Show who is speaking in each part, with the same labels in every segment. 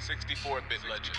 Speaker 1: 64-bit legends.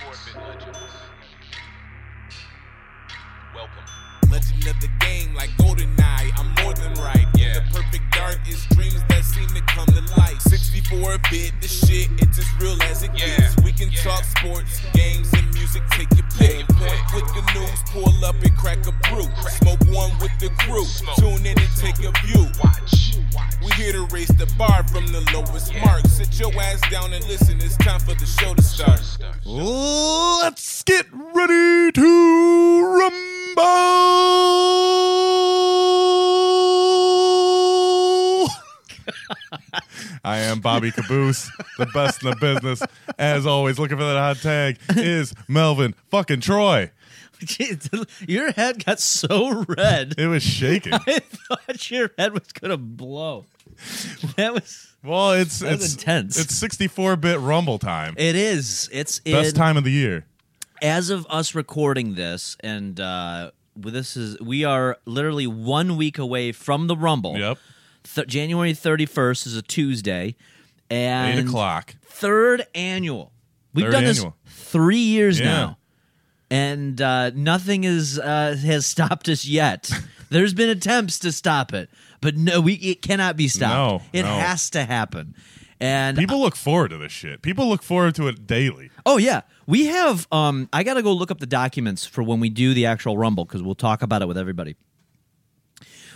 Speaker 1: Welcome.
Speaker 2: Legend of the game, like GoldenEye, I'm more than right.
Speaker 1: Yeah.
Speaker 2: The perfect dark is dreams that seem to come to life. 64 bit, the shit, it's as real as it
Speaker 1: Yeah.
Speaker 2: gets. We can
Speaker 1: Yeah.
Speaker 2: talk sports, games, and music, take your pick.
Speaker 1: Take your
Speaker 2: Point,
Speaker 1: pick.
Speaker 2: click the news, pull up and crack a brew. Smoke one with the crew,
Speaker 1: Smoke.
Speaker 2: tune in and take a view.
Speaker 1: Watch. Watch.
Speaker 2: We here to raise the bar from the lowest
Speaker 1: Yeah.
Speaker 2: mark. Sit your ass down and listen, it's time for the show to start.
Speaker 3: Let's get ready to rumble. I am Bobby Caboose, the best in the business. As always, looking for that hot tag is Melvin fucking Troy.
Speaker 4: Jeez, your head got so red.
Speaker 3: It was shaking.
Speaker 4: I thought your head was gonna blow. That was.
Speaker 3: Well, it's
Speaker 4: That was
Speaker 3: it's
Speaker 4: intense.
Speaker 3: It's 64 bit rumble time.
Speaker 4: It is. It's
Speaker 3: Best
Speaker 4: in,
Speaker 3: time of the year.
Speaker 4: as of us recording this, and uh, this is we are literally one week away from the Rumble.
Speaker 3: Yep.
Speaker 4: Th- January thirty first is a Tuesday, and
Speaker 3: Eight o'clock.
Speaker 4: Third annual. We've
Speaker 3: Third
Speaker 4: done this
Speaker 3: annual.
Speaker 4: three years
Speaker 3: Yeah.
Speaker 4: now, and uh, nothing is uh, has stopped us yet. There's been attempts to stop it, but no, we it cannot be stopped.
Speaker 3: No,
Speaker 4: it
Speaker 3: no.
Speaker 4: has to happen. And
Speaker 3: People look forward to this shit. People look forward to it daily.
Speaker 4: Oh yeah, we have. Um, I gotta go look up the documents for when we do the actual Rumble because we'll talk about it with everybody.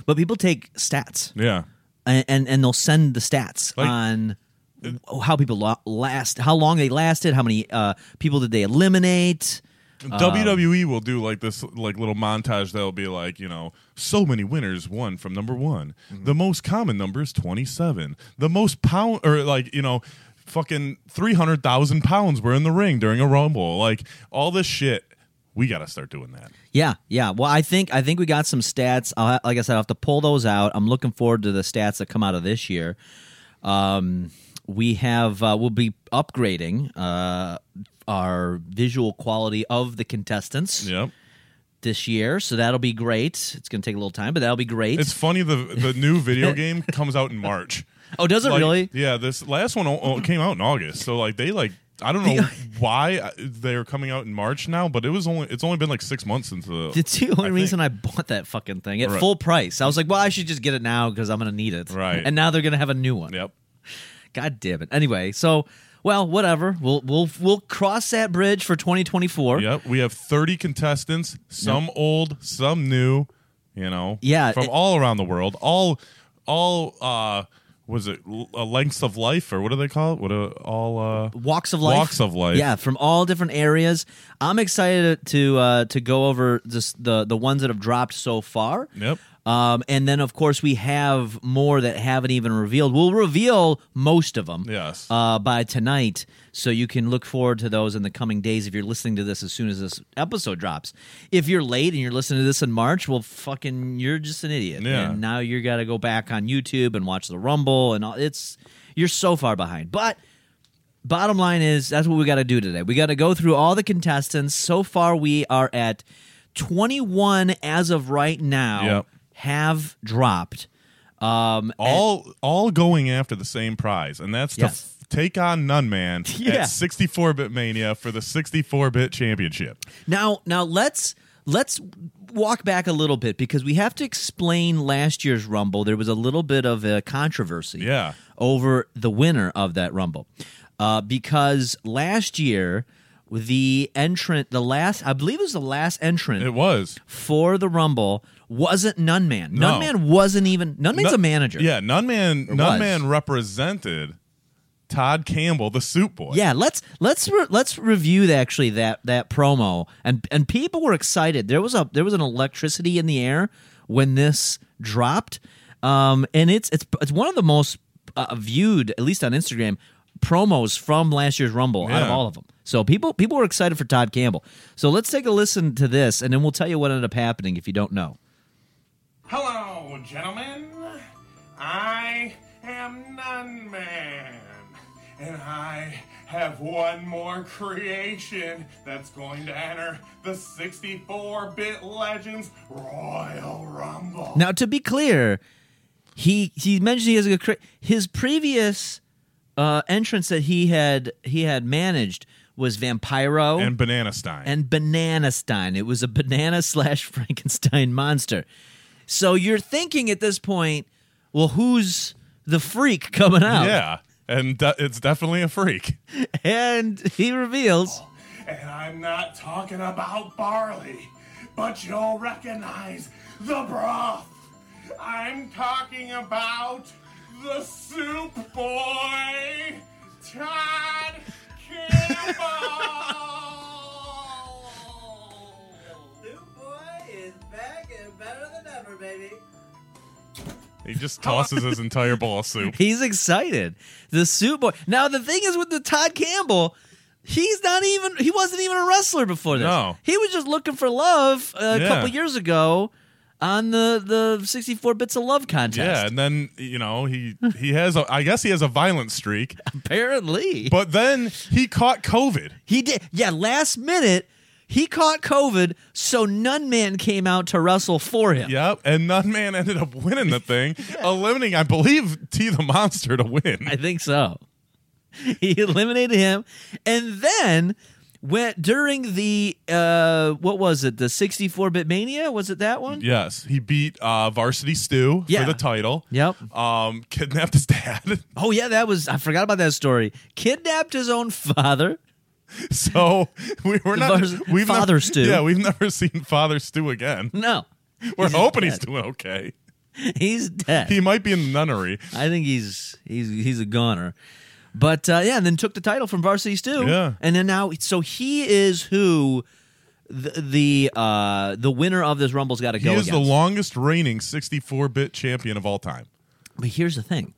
Speaker 4: But people take stats
Speaker 3: Yeah.
Speaker 4: and and, and they'll send the stats
Speaker 3: Like-
Speaker 4: on how people lo- last, how long they lasted, how many uh, people did they eliminate.
Speaker 3: Um, WWE E will do like this like little montage that'll be like, you know, so many winners won from number one.
Speaker 4: Mm-hmm.
Speaker 3: The most common number is twenty seven. The most pound or like, you know, fucking three hundred thousand pounds were in the ring during a rumble. Like all this shit. We gotta start doing that.
Speaker 4: Yeah, yeah. Well, I think I think we got some stats. I'll, ha- like I said, I'll have to pull those out. I'm looking forward to the stats that come out of this year. Um, we have uh, we'll be upgrading uh, our visual quality of the contestants
Speaker 3: Yep.
Speaker 4: this year, so that'll be great. It's going to take a little time, but that'll be great.
Speaker 3: It's funny the the new video game comes out in March.
Speaker 4: oh, does it
Speaker 3: Like,
Speaker 4: really?
Speaker 3: Yeah, this last one o- o- came out in August. So like they like I don't know why uh, they're coming out in March now, but it was only it's only been like six months since the
Speaker 4: It's the only
Speaker 3: I
Speaker 4: reason I bought that fucking thing at
Speaker 3: Right.
Speaker 4: full price. I was like, well, I should just get it now because I'm going to need it.
Speaker 3: Right.
Speaker 4: And now they're going to have a new one.
Speaker 3: Yep.
Speaker 4: God damn it. Anyway, so well, whatever. We'll we'll we'll cross that bridge for 2024.
Speaker 3: Yep. We have 30 contestants, some old, some new, you know.
Speaker 4: Yeah,
Speaker 3: From
Speaker 4: it-
Speaker 3: all around the world. All all uh was it l- uh, lengths of life or what do they call it? What uh, all uh
Speaker 4: Walks of life.
Speaker 3: Walks of life.
Speaker 4: Yeah, from all different areas. I'm excited to uh, to go over just the the ones that have dropped so far.
Speaker 3: Yep.
Speaker 4: Um, and then of course we have more that haven't even revealed. We'll reveal most of them.
Speaker 3: Yes.
Speaker 4: Uh, by tonight, so you can look forward to those in the coming days. If you're listening to this as soon as this episode drops, if you're late and you're listening to this in March, well, fucking, you're just an idiot.
Speaker 3: Yeah.
Speaker 4: And now you got to go back on YouTube and watch the Rumble, and all, it's you're so far behind. But bottom line is that's what we got to do today. We got to go through all the contestants. So far, we are at 21 as of right now.
Speaker 3: Yep.
Speaker 4: Have dropped. Um,
Speaker 3: all all going after the same prize, and that's to
Speaker 4: Yes.
Speaker 3: f- take on Nun Man
Speaker 4: Yeah.
Speaker 3: at 64-bit Mania for the 64-bit championship.
Speaker 4: Now, now let's let's walk back a little bit because we have to explain last year's Rumble. There was a little bit of a controversy,
Speaker 3: Yeah.
Speaker 4: over the winner of that Rumble, uh, because last year the entrant, the last, I believe it was the last entrant
Speaker 3: It was.
Speaker 4: for the Rumble wasn't Nunman.
Speaker 3: No.
Speaker 4: Nunman wasn't even Nunman's
Speaker 3: Nu-
Speaker 4: a manager.
Speaker 3: Yeah, Nunman
Speaker 4: was.
Speaker 3: Nunman represented Todd Campbell, the suit boy.
Speaker 4: Yeah, let's let's re- let's review actually that that promo and and people were excited. There was a there was an electricity in the air when this dropped, um, and it's it's it's one of the most uh, viewed, at least on Instagram, promos from last year's Rumble out of
Speaker 3: Yeah.
Speaker 4: all of them. So people people were excited for Todd Campbell. So let's take a listen to this, and then we'll tell you what ended up happening if you don't know.
Speaker 5: Hello, gentlemen. I am Nun Man, and I have one more creation that's going to enter the 64-bit Legends Royal Rumble.
Speaker 4: Now, to be clear, he he mentioned he has a cra- his previous uh, entrance that he had he had managed was Vampiro
Speaker 3: and Banana Stein.
Speaker 4: and Banana Stein. It was a banana slash Frankenstein monster. So you're thinking at this point, well, who's the freak coming out?
Speaker 3: yeah, and de- it's definitely a freak.
Speaker 4: And he reveals
Speaker 5: And I'm not talking about barley, but you'll recognize the broth. I'm talking about the soup boy, Todd Campbell.
Speaker 3: He just tosses his entire ball of soup.
Speaker 4: he's excited. The suit boy. Now the thing is with the Todd Campbell, he's not even he wasn't even a wrestler before this.
Speaker 3: No.
Speaker 4: He was just looking for love a
Speaker 3: Yeah.
Speaker 4: couple years ago on the the 64 bits of love
Speaker 3: Yeah,
Speaker 4: contest.
Speaker 3: and then you know he he has a I guess he has a violent streak,
Speaker 4: Apparently.
Speaker 3: but then he caught COVID.
Speaker 4: He did. Yeah, last minute he caught COVID, so Nun Man came out to wrestle for him.
Speaker 3: Yep, and Nun Man ended up winning the thing, eliminating I believe T the Monster to win.
Speaker 4: I think so. He eliminated him, and then went during the uh, what was it? The sixty-four bit mania was it that one?
Speaker 3: Yes, he beat uh, Varsity Stew
Speaker 4: Yeah.
Speaker 3: for the title.
Speaker 4: Yep.
Speaker 3: Um, kidnapped his dad.
Speaker 4: Oh yeah, that was. I forgot about that story. Kidnapped his own father.
Speaker 3: So we, we're not.
Speaker 4: Vars-
Speaker 3: we've
Speaker 4: Father
Speaker 3: never,
Speaker 4: Stew.
Speaker 3: Yeah, we've never seen Father Stew again.
Speaker 4: No,
Speaker 3: We're hoping he's doing okay.
Speaker 4: he's dead.
Speaker 3: He might be in the nunnery.
Speaker 4: I think he's he's he's a goner. But uh, yeah, and then took the title from Varsity Stew.
Speaker 3: Yeah.
Speaker 4: And then now, so he is who the the, uh, the winner of this Rumble's got to
Speaker 3: He
Speaker 4: go
Speaker 3: is
Speaker 4: against.
Speaker 3: the longest reigning 64-bit champion of all time.
Speaker 4: but here's the thing.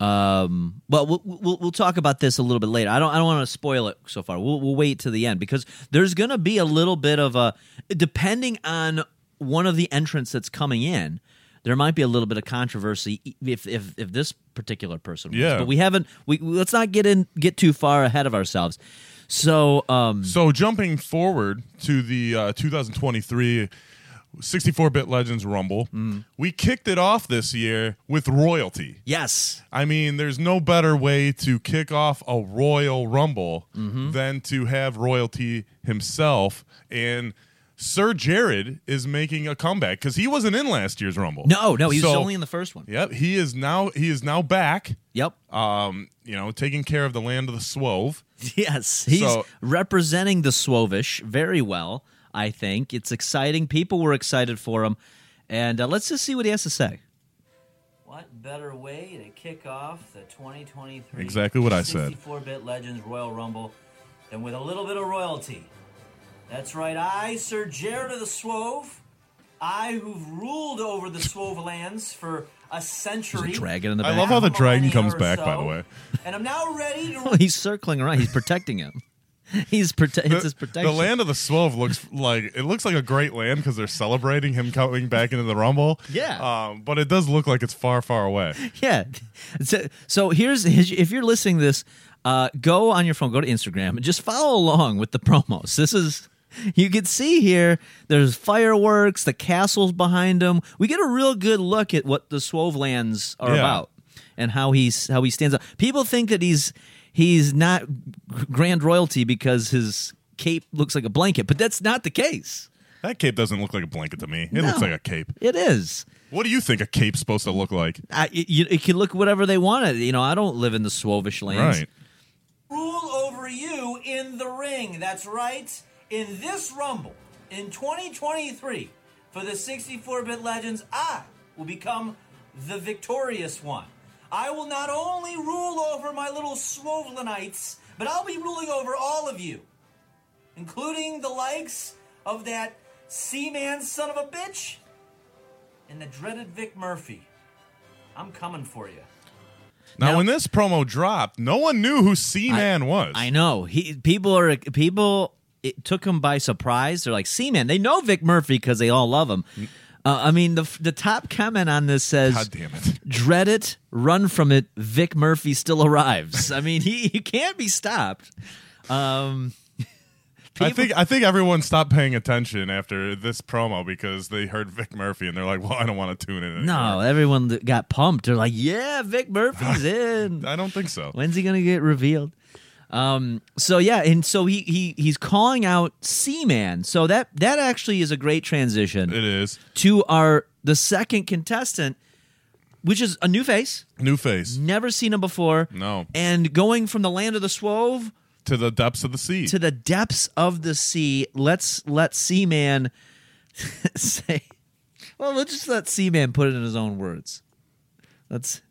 Speaker 4: Um, well, we'll we'll we'll talk about this a little bit later. I don't I don't want to spoil it so far. We'll we'll wait to the end because there's going to be a little bit of a depending on one of the entrants that's coming in. There might be a little bit of controversy e, if if if this particular person. wins.
Speaker 3: Yeah.
Speaker 4: but we haven't. We let's not get in get too far ahead of ourselves. So um,
Speaker 3: So jumping forward to the uh, 2023 64-bit Legends Rumble,
Speaker 4: Mm.
Speaker 3: we kicked it off this year with royalty.
Speaker 4: yes,
Speaker 3: I mean, there's no better way to kick off a Royal Rumble
Speaker 4: Mm-hmm.
Speaker 3: than to have royalty himself. And Sir Jared is making a comeback because he wasn't in last year's Rumble.
Speaker 4: no, no, he was
Speaker 3: So-
Speaker 4: only in the first one.
Speaker 3: Yep, he is now he is now back.
Speaker 4: Yep.
Speaker 3: Um, you know, taking care of the land of the Swove.
Speaker 4: Yes, he's
Speaker 3: So-
Speaker 4: representing the Swovish very well. I think it's exciting. People were excited for him, and uh, let's just see what he has to say.
Speaker 6: What better way to kick off the 2023
Speaker 3: Exactly what I said.
Speaker 6: 64-bit Legends Royal Rumble than with a little bit of royalty? That's right, I, Sir Jared of the Swove, I who've ruled over the Swove lands for a century.
Speaker 4: dragon in the
Speaker 3: I
Speaker 4: back.
Speaker 3: love how the
Speaker 6: half a
Speaker 3: dragon
Speaker 6: millennia
Speaker 3: comes
Speaker 6: or
Speaker 3: back, by the
Speaker 6: so,
Speaker 3: way.
Speaker 6: And I'm now ready to
Speaker 4: he's circling around. He's protecting him. He's prote- it's his protection.
Speaker 3: The land of the Swove looks like it looks like a great land because they're celebrating him coming back into the Rumble.
Speaker 4: Yeah.
Speaker 3: um, but it does look like it's far, far away.
Speaker 4: yeah. So, so here's if you're listening to this, uh, go on your phone, go to Instagram, and just follow along with the promos. This is you can see here. There's fireworks, the castles behind them. We get a real good look at what the Swove lands are
Speaker 3: Yeah.
Speaker 4: about and how he's how he stands up. People think that he's he's not grand royalty because his cape looks like a blanket, but that's not the case.
Speaker 3: That cape doesn't look like a blanket to me. It looks
Speaker 4: No.
Speaker 3: like a cape.
Speaker 4: It is.
Speaker 3: What do you think a cape's supposed to look like?
Speaker 4: I, it, you, it can look whatever they want. It. You know, I don't live in the Swovish lands.
Speaker 3: Right.
Speaker 6: rule over you in the ring. That's right. In this Rumble in 2023 for the 64 bit legends, I will become the victorious one. I will not only rule over my little Swovlanites, but I'll be ruling over all of you, including the likes of that Seaman son of a bitch and the dreaded Vic Murphy. I'm coming for you.
Speaker 3: Now,
Speaker 4: Now-
Speaker 3: when this promo dropped, no one knew who C Man was.
Speaker 4: I know he people are people. It took him by surprise. They're like, "See, man, they know Vic Murphy because they all love him." Uh, I mean, the f- the top comment on this says,
Speaker 3: God damn it!
Speaker 4: "Dread it, run from it." Vic Murphy still arrives. I mean, he he can't be stopped. Um,
Speaker 3: I think I think everyone stopped paying attention after this promo because they heard Vic Murphy and they're like, "Well, I don't want to tune in."
Speaker 4: No,
Speaker 3: anymore."
Speaker 4: everyone that got pumped. They're like, "Yeah, Vic Murphy's in."
Speaker 3: I don't think so.
Speaker 4: When's he gonna get revealed? Um. So yeah, and so he he he's calling out Seaman. So that that actually is a great transition
Speaker 3: It is
Speaker 4: to our the second contestant, which is a new face.
Speaker 3: new face
Speaker 4: Never seen him before.
Speaker 3: No.
Speaker 4: And going from the land of the Swove
Speaker 3: to the depths of the sea.
Speaker 4: to the depths of the sea. Let's let Seaman say. Well, let's just let Seaman put it in his own words. Let's.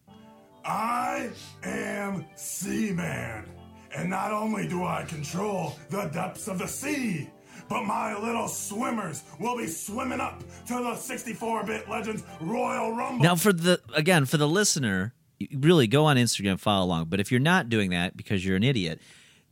Speaker 5: I am Seaman, and not only do I control the depths of the sea, but my little swimmers will be swimming up to the 64-bit Legends Royal Rumble.
Speaker 4: Now, for the again for the listener, you- really go on Instagram, and follow along. But if you're not doing that because you're an idiot,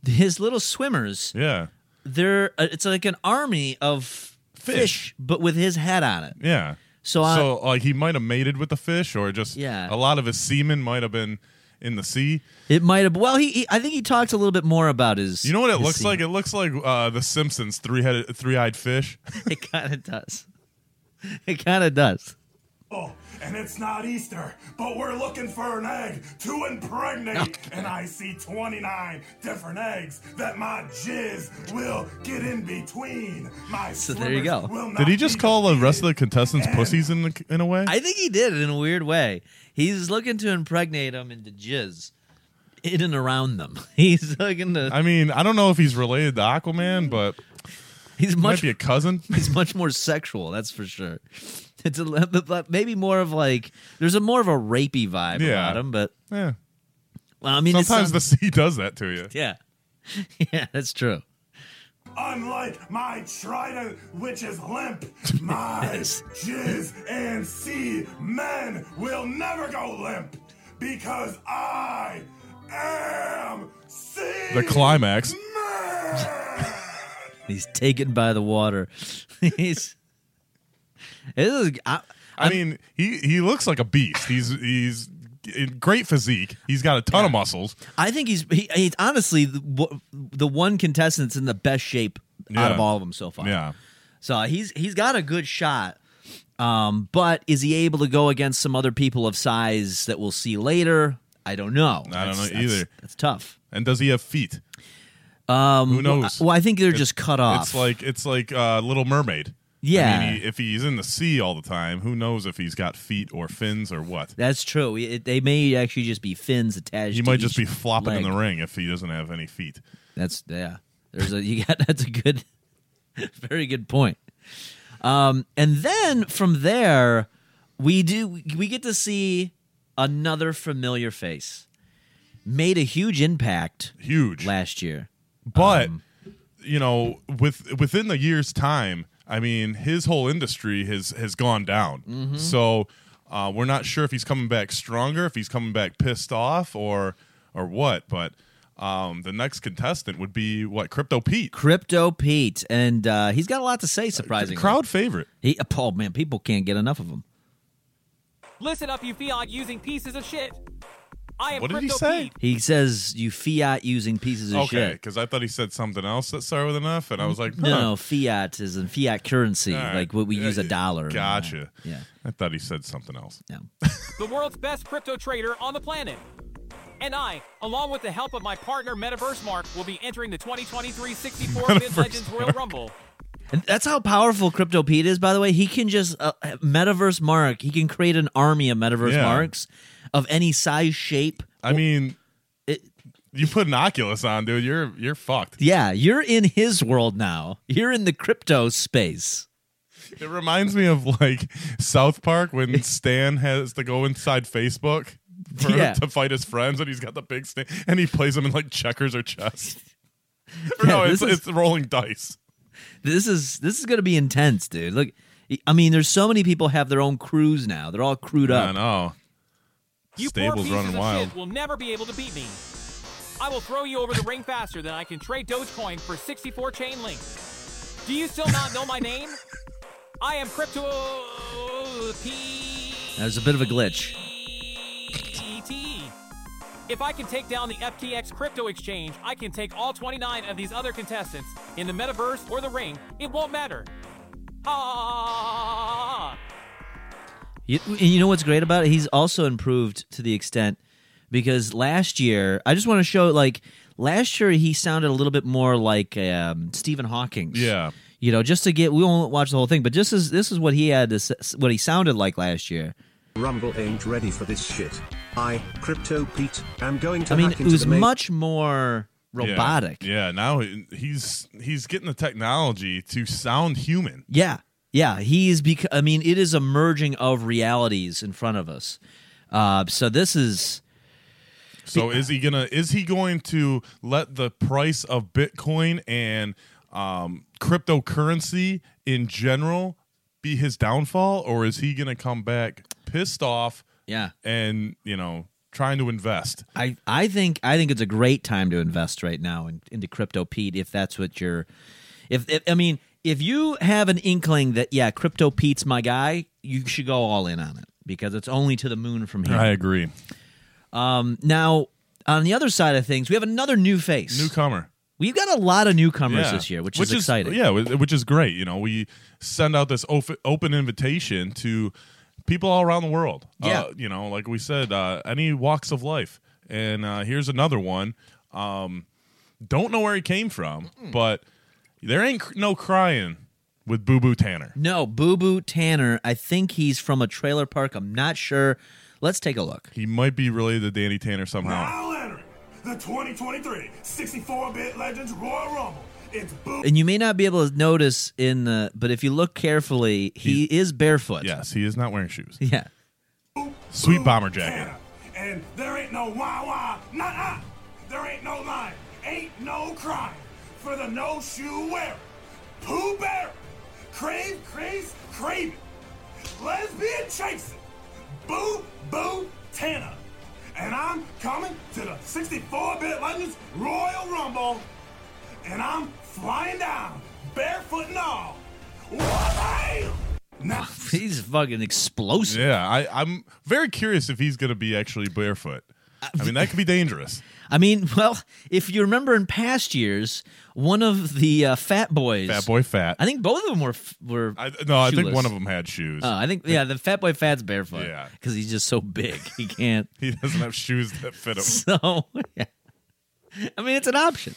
Speaker 4: his little swimmers,
Speaker 3: yeah,
Speaker 4: they're uh, it's like an army of fish, but with his head on it.
Speaker 3: yeah.
Speaker 4: So, uh,
Speaker 3: so like he might have mated with the fish, or just
Speaker 4: Yeah.
Speaker 3: A lot of his semen might have been in the sea.
Speaker 4: It might have. Well, he, he I think he talked a little bit more about his.
Speaker 3: You know what it
Speaker 4: his
Speaker 3: looks
Speaker 4: scene.
Speaker 3: like? It looks like uh, the Simpsons three-headed, three-eyed fish.
Speaker 4: It kind of does. It kind of does.
Speaker 5: and it's not Easter, but we're looking for an egg to impregnate. and I see 29 different eggs that my jizz will get in between. My
Speaker 4: So there you go.
Speaker 5: swimmers will
Speaker 3: Did he
Speaker 5: not
Speaker 3: just
Speaker 5: be
Speaker 3: call the rest of
Speaker 5: defeated.
Speaker 3: the contestants pussies in the, in a way?
Speaker 4: I think he did it in a weird way. He's looking to impregnate them into jizz in and around them. He's looking to.
Speaker 3: I mean, I don't know if he's related to Aquaman, but
Speaker 4: he's
Speaker 3: might
Speaker 4: much.
Speaker 3: be a cousin.
Speaker 4: he's much more sexual. That's for sure. It's a li- but- but maybe more of like there's a more of a rapey vibe
Speaker 3: Yeah.
Speaker 4: about him. But
Speaker 3: yeah.
Speaker 4: well, I mean, it
Speaker 3: Sometimes the
Speaker 4: sounds-
Speaker 3: sea does that to you.
Speaker 4: yeah, yeah, that's true.
Speaker 5: Unlike my trident, which is limp, my
Speaker 4: Yes.
Speaker 5: jizz and sea men will never go limp because I am sea
Speaker 3: The climax.
Speaker 5: man.
Speaker 4: He's taken by the water. he's. It is. I,
Speaker 3: I mean, he he looks like a beast. He's he's in great physique. He's got a ton of muscles.
Speaker 4: I think he's he, he's honestly the, w- the one contestant that's in the best shape out
Speaker 3: Yeah.
Speaker 4: of all of them so far.
Speaker 3: Yeah.
Speaker 4: So uh, he's he's got a good shot. Um, but is he able to go against some other people of size that we'll see later? I don't know.
Speaker 3: I don't know
Speaker 4: That's- that's-
Speaker 3: either.
Speaker 4: That's tough.
Speaker 3: And does he have feet? Um, Who knows?
Speaker 4: Well, I think they're just cut off.
Speaker 3: It's like it's like uh, Little Mermaid.
Speaker 4: Yeah.
Speaker 3: I mean, he, if he's in the sea all the time, who knows if he's got feet or fins or what?
Speaker 4: that's true. It- they may actually just be fins attached.
Speaker 3: He
Speaker 4: to
Speaker 3: might just be
Speaker 4: each
Speaker 3: flopping in
Speaker 4: leg.
Speaker 3: the ring if he doesn't have any feet.
Speaker 4: That's yeah. There's a you got that's a good, very good point. Um, and then from there, we do we get to see another familiar face, made a huge impact
Speaker 3: Huge.
Speaker 4: last year. Um,
Speaker 3: But you know, with within the year's time, I mean, his whole industry has has gone down.
Speaker 4: Mm-hmm.
Speaker 3: So uh, we're not sure if he's coming back stronger, if he's coming back pissed off, or or what. But um, the next contestant would be what Crypto Pete,
Speaker 4: Crypto Pete, and uh, he's got a lot to say. Surprisingly,
Speaker 3: crowd favorite.
Speaker 4: He, oh man, people can't get enough of him.
Speaker 7: Listen up, you feel like using pieces of shit. I am
Speaker 3: What did he
Speaker 7: Crypto
Speaker 3: say?
Speaker 7: Pete.
Speaker 4: He says you fiat using pieces of
Speaker 3: Okay,
Speaker 4: shit.
Speaker 3: because I thought he said something else that started with an F, and I was like, huh.
Speaker 4: No, no, fiat is in fiat currency,
Speaker 3: All right.
Speaker 4: like what we
Speaker 3: Yeah,
Speaker 4: use a
Speaker 3: yeah.
Speaker 4: dollar. and all that.
Speaker 3: Gotcha.
Speaker 4: Yeah.
Speaker 3: I thought he said something else.
Speaker 4: No.
Speaker 7: the world's best crypto trader on the planet. And I, along with the help of my partner Metaverse Mark, will be entering the 2023 64 Mid
Speaker 3: Metaverse
Speaker 7: Legends Royal Rumble.
Speaker 4: And that's how powerful Crypto Pete is, by the way. He can just uh, metaverse mark. He can create an army of metaverse
Speaker 3: Yeah.
Speaker 4: marks of any size, shape.
Speaker 3: I mean,
Speaker 4: It,
Speaker 3: you put an Oculus on, dude. You're you're fucked.
Speaker 4: yeah, you're in his world now. You're in the crypto space.
Speaker 3: It reminds me of like South Park when Stan has to go inside Facebook for,
Speaker 4: Yeah.
Speaker 3: to fight his friends, and he's got the big stand, and he plays them in like checkers or chess. Or no,
Speaker 4: Yeah,
Speaker 3: it's,
Speaker 4: this is-
Speaker 3: it's rolling dice.
Speaker 4: This is this is going to be intense, dude. Look, I mean, there's so many people have their own crews now. They're all crewed
Speaker 3: I
Speaker 4: up.
Speaker 3: know.
Speaker 7: You poor
Speaker 3: Stable's
Speaker 7: pieces
Speaker 3: running
Speaker 7: of
Speaker 3: wild.
Speaker 7: shit will never be able to beat me. I will throw you over the ring faster than I can trade Dogecoin for 64 chain link. Do you still not know my name? I am Crypto Pete.
Speaker 4: There's a bit of a glitch.
Speaker 7: P-T. E If I can take down the FTX crypto exchange, I can take all 29 of these other contestants in the metaverse or the ring. It won't matter. Ah!
Speaker 4: You, and you know what's great about it? He's also improved to the extent because last year, I just want to show like last year he sounded a little bit more like um, Stephen Hawking.
Speaker 3: Yeah.
Speaker 4: You know, just to get we won't watch the whole thing, but just as this is what he had to, s- what he sounded like last year.
Speaker 8: Rumble ain't ready for this shit. I, Crypto Pete, am going to
Speaker 4: I mean,
Speaker 8: hack
Speaker 4: it
Speaker 8: into
Speaker 4: was
Speaker 8: the main.
Speaker 4: much more
Speaker 3: Yeah.
Speaker 4: robotic. Yeah.
Speaker 3: Yeah, now he- he's he's getting the technology to sound human.
Speaker 4: yeah. he's because I mean, it is a merging of realities in front of us. Uh, so this is
Speaker 3: So is he gonna is he going to let the price of Bitcoin and um, cryptocurrency in general be his downfall, or is he gonna come back pissed off?
Speaker 4: Yeah.
Speaker 3: and you know trying to invest.
Speaker 4: I, I think I think it's a great time to invest right now in, into crypto, Pete. If that's what you're, if, if I mean, if you have an inkling that yeah, crypto Pete's my guy, you should go all in on it because it's only to the moon from here. Um,
Speaker 3: I agree.
Speaker 4: Now, on the other side of things, we have another new face.
Speaker 3: Newcomer.
Speaker 4: We've got a lot of newcomers
Speaker 3: Yeah.
Speaker 4: this year, which, is, exciting.
Speaker 3: Yeah, wh- which is great. You know, we send out this open, open invitation to people all around the world.
Speaker 4: Yeah.
Speaker 3: Uh, you know, like we said, uh, any walks of life. And uh, here's another one. Um, don't know where he came from, but there ain't cr- no crying with Boo Boo Tanner.
Speaker 4: No, Boo Boo Tanner. I think he's from a trailer park. I'm not sure. Let's take a look.
Speaker 3: He might be related to Danny Tanner somehow.
Speaker 5: Now entering the 2023 64-bit Legends Royal Rumble. It's Boo
Speaker 4: And you may not be able to notice in the, but if you look carefully, he is barefoot.
Speaker 3: Yes, he is not wearing shoes.
Speaker 4: Yeah.
Speaker 3: Sweet bomber jacket.
Speaker 5: And there ain't no wah wah, nah nah. There ain't no line, ain't no crime for the no shoe wearer. Pooh bear, crave, craze, craving, lesbian chasing, boo boo Tana. And I'm coming to the 64-bit Legends Royal Rumble, and I'm flying down, barefoot and all. Wah-bam! Now,
Speaker 4: He's fucking explosive.
Speaker 3: Yeah, I, I'm very curious if he's going to be actually barefoot.
Speaker 4: Uh,
Speaker 3: I mean, that could be dangerous.
Speaker 4: I mean, well, if you remember in past years, one of the uh, Fat Boys.
Speaker 3: Fat boy fat.
Speaker 4: I think both of them were f- were.
Speaker 3: I, no, I think
Speaker 4: shoeless.
Speaker 3: one of them had shoes.
Speaker 4: Uh, I think yeah, the Fat Boy Fat's barefoot.
Speaker 3: Yeah.
Speaker 4: because he's just so big he can't.
Speaker 3: he doesn't have shoes that fit him.
Speaker 4: so yeah. Uh, I mean, it's an option.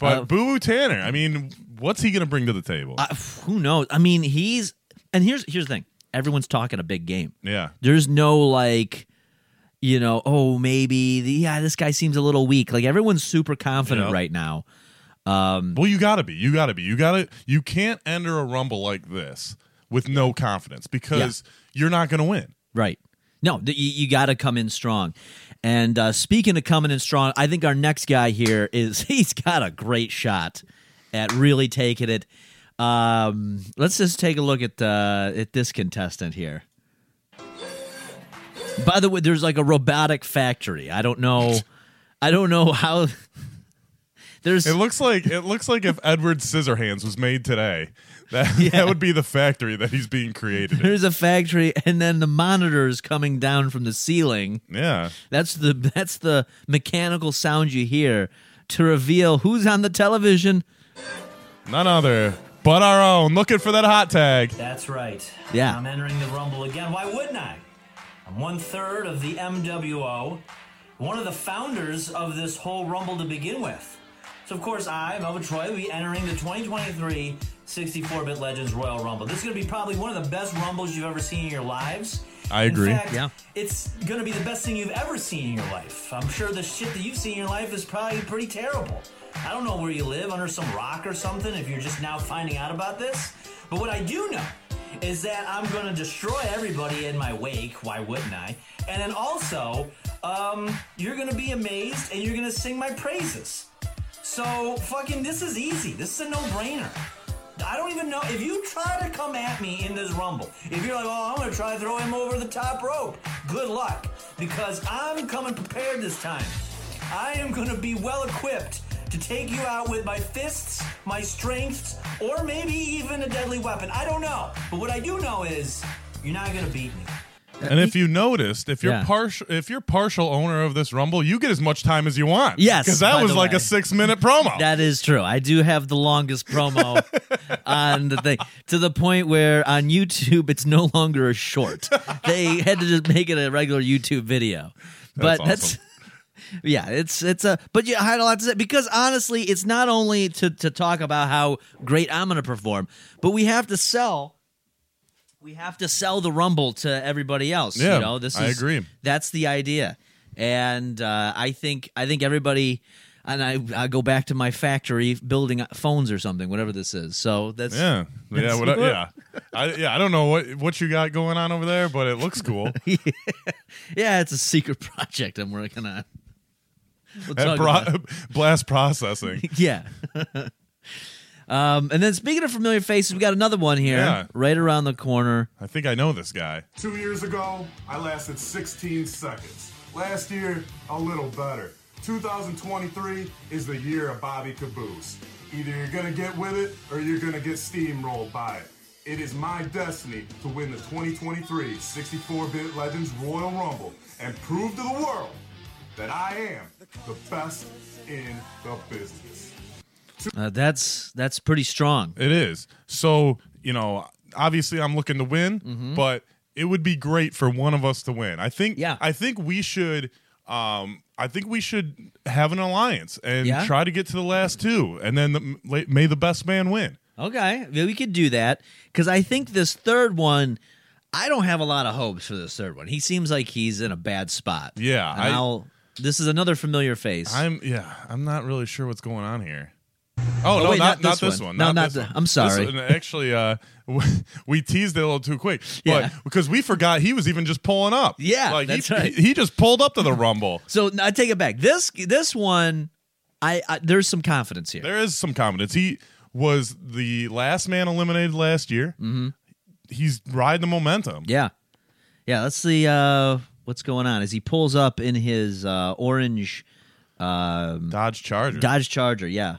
Speaker 3: But Boo Boo Tanner, I mean, what's he going to bring to the table?
Speaker 4: I, who knows? I mean, he's and here's here's the thing. Everyone's talking a big game.
Speaker 3: yeah.
Speaker 4: There's no like, you know, oh maybe the, yeah, this guy seems a little weak. Like everyone's super confident
Speaker 3: Yeah.
Speaker 4: right Um, now.
Speaker 3: Well, you got to be. You got to be. You got to. You can't enter a rumble like this with no confidence because you're not going to win.
Speaker 4: Right. No, th- you, you got to come in strong. And uh, speaking of coming in strong, I think our next guy here is he's got a great shot at really taking it. Um, let's just take a look at uh, at this contestant here. By the way, there's like a robotic factory. I don't know. I don't know how. There's
Speaker 3: It looks like it looks like if Edward Scissorhands was made today, that that would be the factory that he's being created. in.
Speaker 4: there's a factory, and then the monitors coming down from the ceiling.
Speaker 3: Yeah.
Speaker 4: That's the that's the mechanical sound you hear to reveal who's on the television.
Speaker 3: None other but our own. Looking for that hot tag.
Speaker 6: That's right.
Speaker 4: Yeah.
Speaker 6: I'm entering the Rumble again. Why wouldn't I? I'm one third of the MWO, one of the founders of this whole Rumble to begin with. So, of course, I, Melvin Troy, will be entering the 2023 64 bit Legends Royal Rumble. This is going to be probably one of the best Rumbles you've ever seen in your lives.
Speaker 3: I agree.
Speaker 6: In fact,
Speaker 4: Yeah.
Speaker 6: It's going to be the best thing you've ever seen in your life. I'm sure the shit that you've seen in your life is probably pretty terrible. I don't know where you live, under some rock or something, if you're just now finding out about this. But what I do know is that I'm going to destroy everybody in my wake. Why wouldn't I? And then also, um, you're going to be amazed and you're going to sing my praises. So, fucking, this is easy. This is a no brainer. I don't even know if you try to come at me in this rumble. If you're like, "Oh, I'm gonna try to throw him over the top rope," good luck, because I'm coming prepared this time. I am gonna be well equipped to take you out with my fists, my strengths, or maybe even a deadly weapon. I don't know, but what I do know is you're not gonna beat me.
Speaker 3: And if you noticed, if you're
Speaker 4: Uh, Yeah.
Speaker 3: partial, if you're partial owner of this Rumble, you get as much time as you want.
Speaker 4: Yes,
Speaker 3: because that
Speaker 4: by
Speaker 3: was
Speaker 4: the
Speaker 3: like
Speaker 4: way.
Speaker 3: a six minute promo.
Speaker 4: That is true. I do have the longest promo on the thing to the point where on YouTube it's no longer a short. They had to just make it a regular YouTube video. But that's,
Speaker 3: awesome.
Speaker 4: yeah, it's it's a but yeah, I had a lot to say because honestly, it's not only to to talk about how great I'm going to perform, but we have to sell we have to sell the rumble to everybody else.
Speaker 3: Yeah,
Speaker 4: you know, this
Speaker 3: I
Speaker 4: is
Speaker 3: agree.
Speaker 4: that's the idea, and uh, I think I think everybody. And I, I go back to my factory building phones or something, whatever this is. So that's
Speaker 3: yeah, yeah, what, yeah, I, yeah. I don't know what what you got going on over there, but it looks cool.
Speaker 4: yeah, it's a secret project I'm working on. We'll
Speaker 3: At
Speaker 4: talk
Speaker 3: bro-
Speaker 4: about it.
Speaker 3: blast processing.
Speaker 4: yeah. um, and then speaking of familiar faces, we got another one here
Speaker 3: Yeah.
Speaker 4: right around the corner.
Speaker 3: I think I know this guy.
Speaker 5: Two years ago, I lasted 16 seconds. Last year, a little better. 2023 is the year of Bobby Caboose. Either you're gonna get with it or you're gonna get steamrolled by it. It is my destiny to win the 2023 64 bit Legends Royal Rumble and prove to the world that I am the best in the business.
Speaker 4: Uh, that's that's pretty strong.
Speaker 3: It is. So, you know, obviously I'm looking to win,
Speaker 4: Mm-hmm.
Speaker 3: but it would be great for one of us to win. I think
Speaker 4: Yeah.
Speaker 3: I think we should um I think we should have an alliance and
Speaker 4: Yeah?
Speaker 3: try to get to the last two and then the, la- may the best man win.
Speaker 4: Okay, yeah, we could do that because I think this third one, I don't have a lot of hopes for this third one. He seems like he's in a bad spot.
Speaker 3: Yeah,
Speaker 4: and
Speaker 3: I-
Speaker 4: I'll. This is another familiar face.
Speaker 3: I'm yeah, I'm not really sure what's going on here. Oh, no,
Speaker 4: wait,
Speaker 3: not, not this one.
Speaker 4: No, not
Speaker 3: this
Speaker 4: the-
Speaker 3: one.
Speaker 4: I'm
Speaker 3: This
Speaker 4: sorry.
Speaker 3: one- actually, uh, we teased it a little too quick, but
Speaker 4: Yeah.
Speaker 3: because we forgot he was even just pulling up.
Speaker 4: Yeah,
Speaker 3: like he-
Speaker 4: that's right.
Speaker 3: he, he just pulled up to the rumble.
Speaker 4: so no, I take it back. This this one, I, I there's some confidence here.
Speaker 3: There is some confidence. He was the last man eliminated last year. Mm-hmm. He's riding the momentum.
Speaker 4: Yeah, yeah. Let's see uh, what's going on as he pulls up in his uh, orange um,
Speaker 3: Dodge Charger.
Speaker 4: Dodge Charger. Yeah,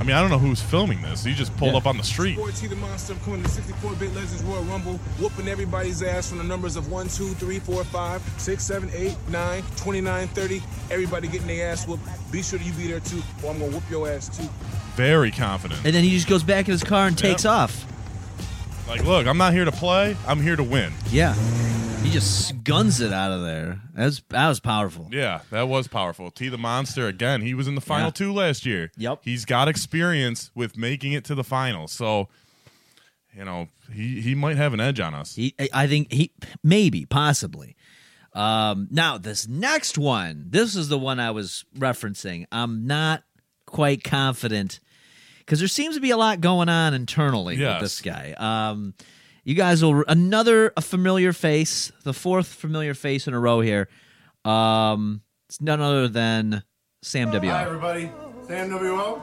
Speaker 3: I mean, I don't know who's filming this. He just pulled
Speaker 4: Yeah.
Speaker 3: up on the street.
Speaker 2: Boy T the Monster coming to 64-bit Legends Royal Rumble, whooping everybody's ass from the numbers of 1, 2, 3, 4, 5, 6, 7, 8, 9, 29, 30. Everybody getting their ass whooped. Be sure that you be there too, or I'm gonna whoop your ass too.
Speaker 3: Very confident.
Speaker 4: and then he just goes back in his car and takes off.
Speaker 3: like, look, I'm not here to play. I'm here to win.
Speaker 4: Yeah. He just guns it out of there. That's that was powerful.
Speaker 3: Yeah, that was powerful. T the Monster again. He was in the final
Speaker 4: Yeah.
Speaker 3: two last year.
Speaker 4: Yep.
Speaker 3: He's got experience with making it to the finals. So, you know, he he might have an edge on us.
Speaker 4: He, I- I think he maybe possibly. Um, now this next one, this is the one I was referencing. I'm not quite confident because there seems to be a lot going on internally
Speaker 3: Yes.
Speaker 4: with this guy. Um, you guys will another a familiar face, the fourth familiar face in a row here. Um, it's none other than Sam W.
Speaker 5: Hi, everybody. Sam W.O.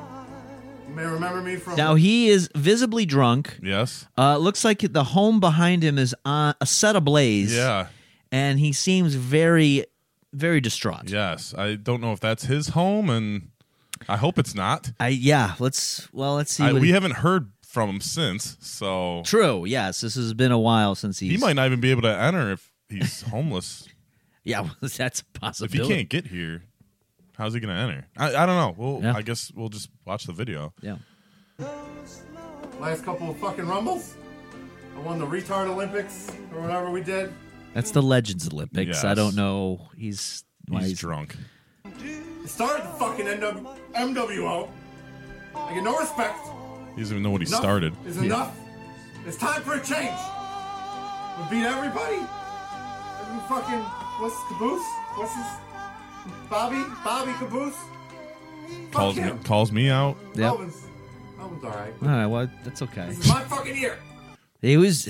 Speaker 5: You may remember me from.
Speaker 4: Now he is visibly drunk.
Speaker 3: yes.
Speaker 4: Uh, looks like the home behind him is on a set ablaze.
Speaker 3: Yeah.
Speaker 4: and he seems very, very distraught.
Speaker 3: Yes. I don't know if that's his home, and I hope it's not.
Speaker 4: I yeah. Let's well, let's see.
Speaker 3: I,
Speaker 4: what
Speaker 3: we
Speaker 4: he-
Speaker 3: haven't heard from him since, so
Speaker 4: True. Yes, this has been a while since he's.
Speaker 3: he might not even be able to enter if he's homeless.
Speaker 4: Yeah, well, that's a
Speaker 3: if he
Speaker 4: possibility.
Speaker 3: can't get here, how's he going to enter? I, I don't know. Well,
Speaker 4: Yeah.
Speaker 3: I guess we'll just watch the video.
Speaker 4: Yeah.
Speaker 5: last couple of fucking rumbles. I won the retard Olympics or whatever we did.
Speaker 4: That's the Legends Olympics. I
Speaker 3: Yes.
Speaker 4: don't know. He's why
Speaker 3: He's
Speaker 4: he's-
Speaker 3: drunk.
Speaker 5: It started the fucking NW- MWO. I get no respect.
Speaker 3: He doesn't even know what he
Speaker 5: Enough
Speaker 3: started.
Speaker 5: is enough. It's time for a change. We beat everybody. Every fucking what's Caboose? What's his Bobby? Bobby Caboose? Fuck
Speaker 3: Calls me,
Speaker 5: him.
Speaker 3: calls me out.
Speaker 4: Yep.
Speaker 5: That one's that one's alright.
Speaker 4: All right. Well, that's okay.
Speaker 5: This is my fucking year.
Speaker 4: He was.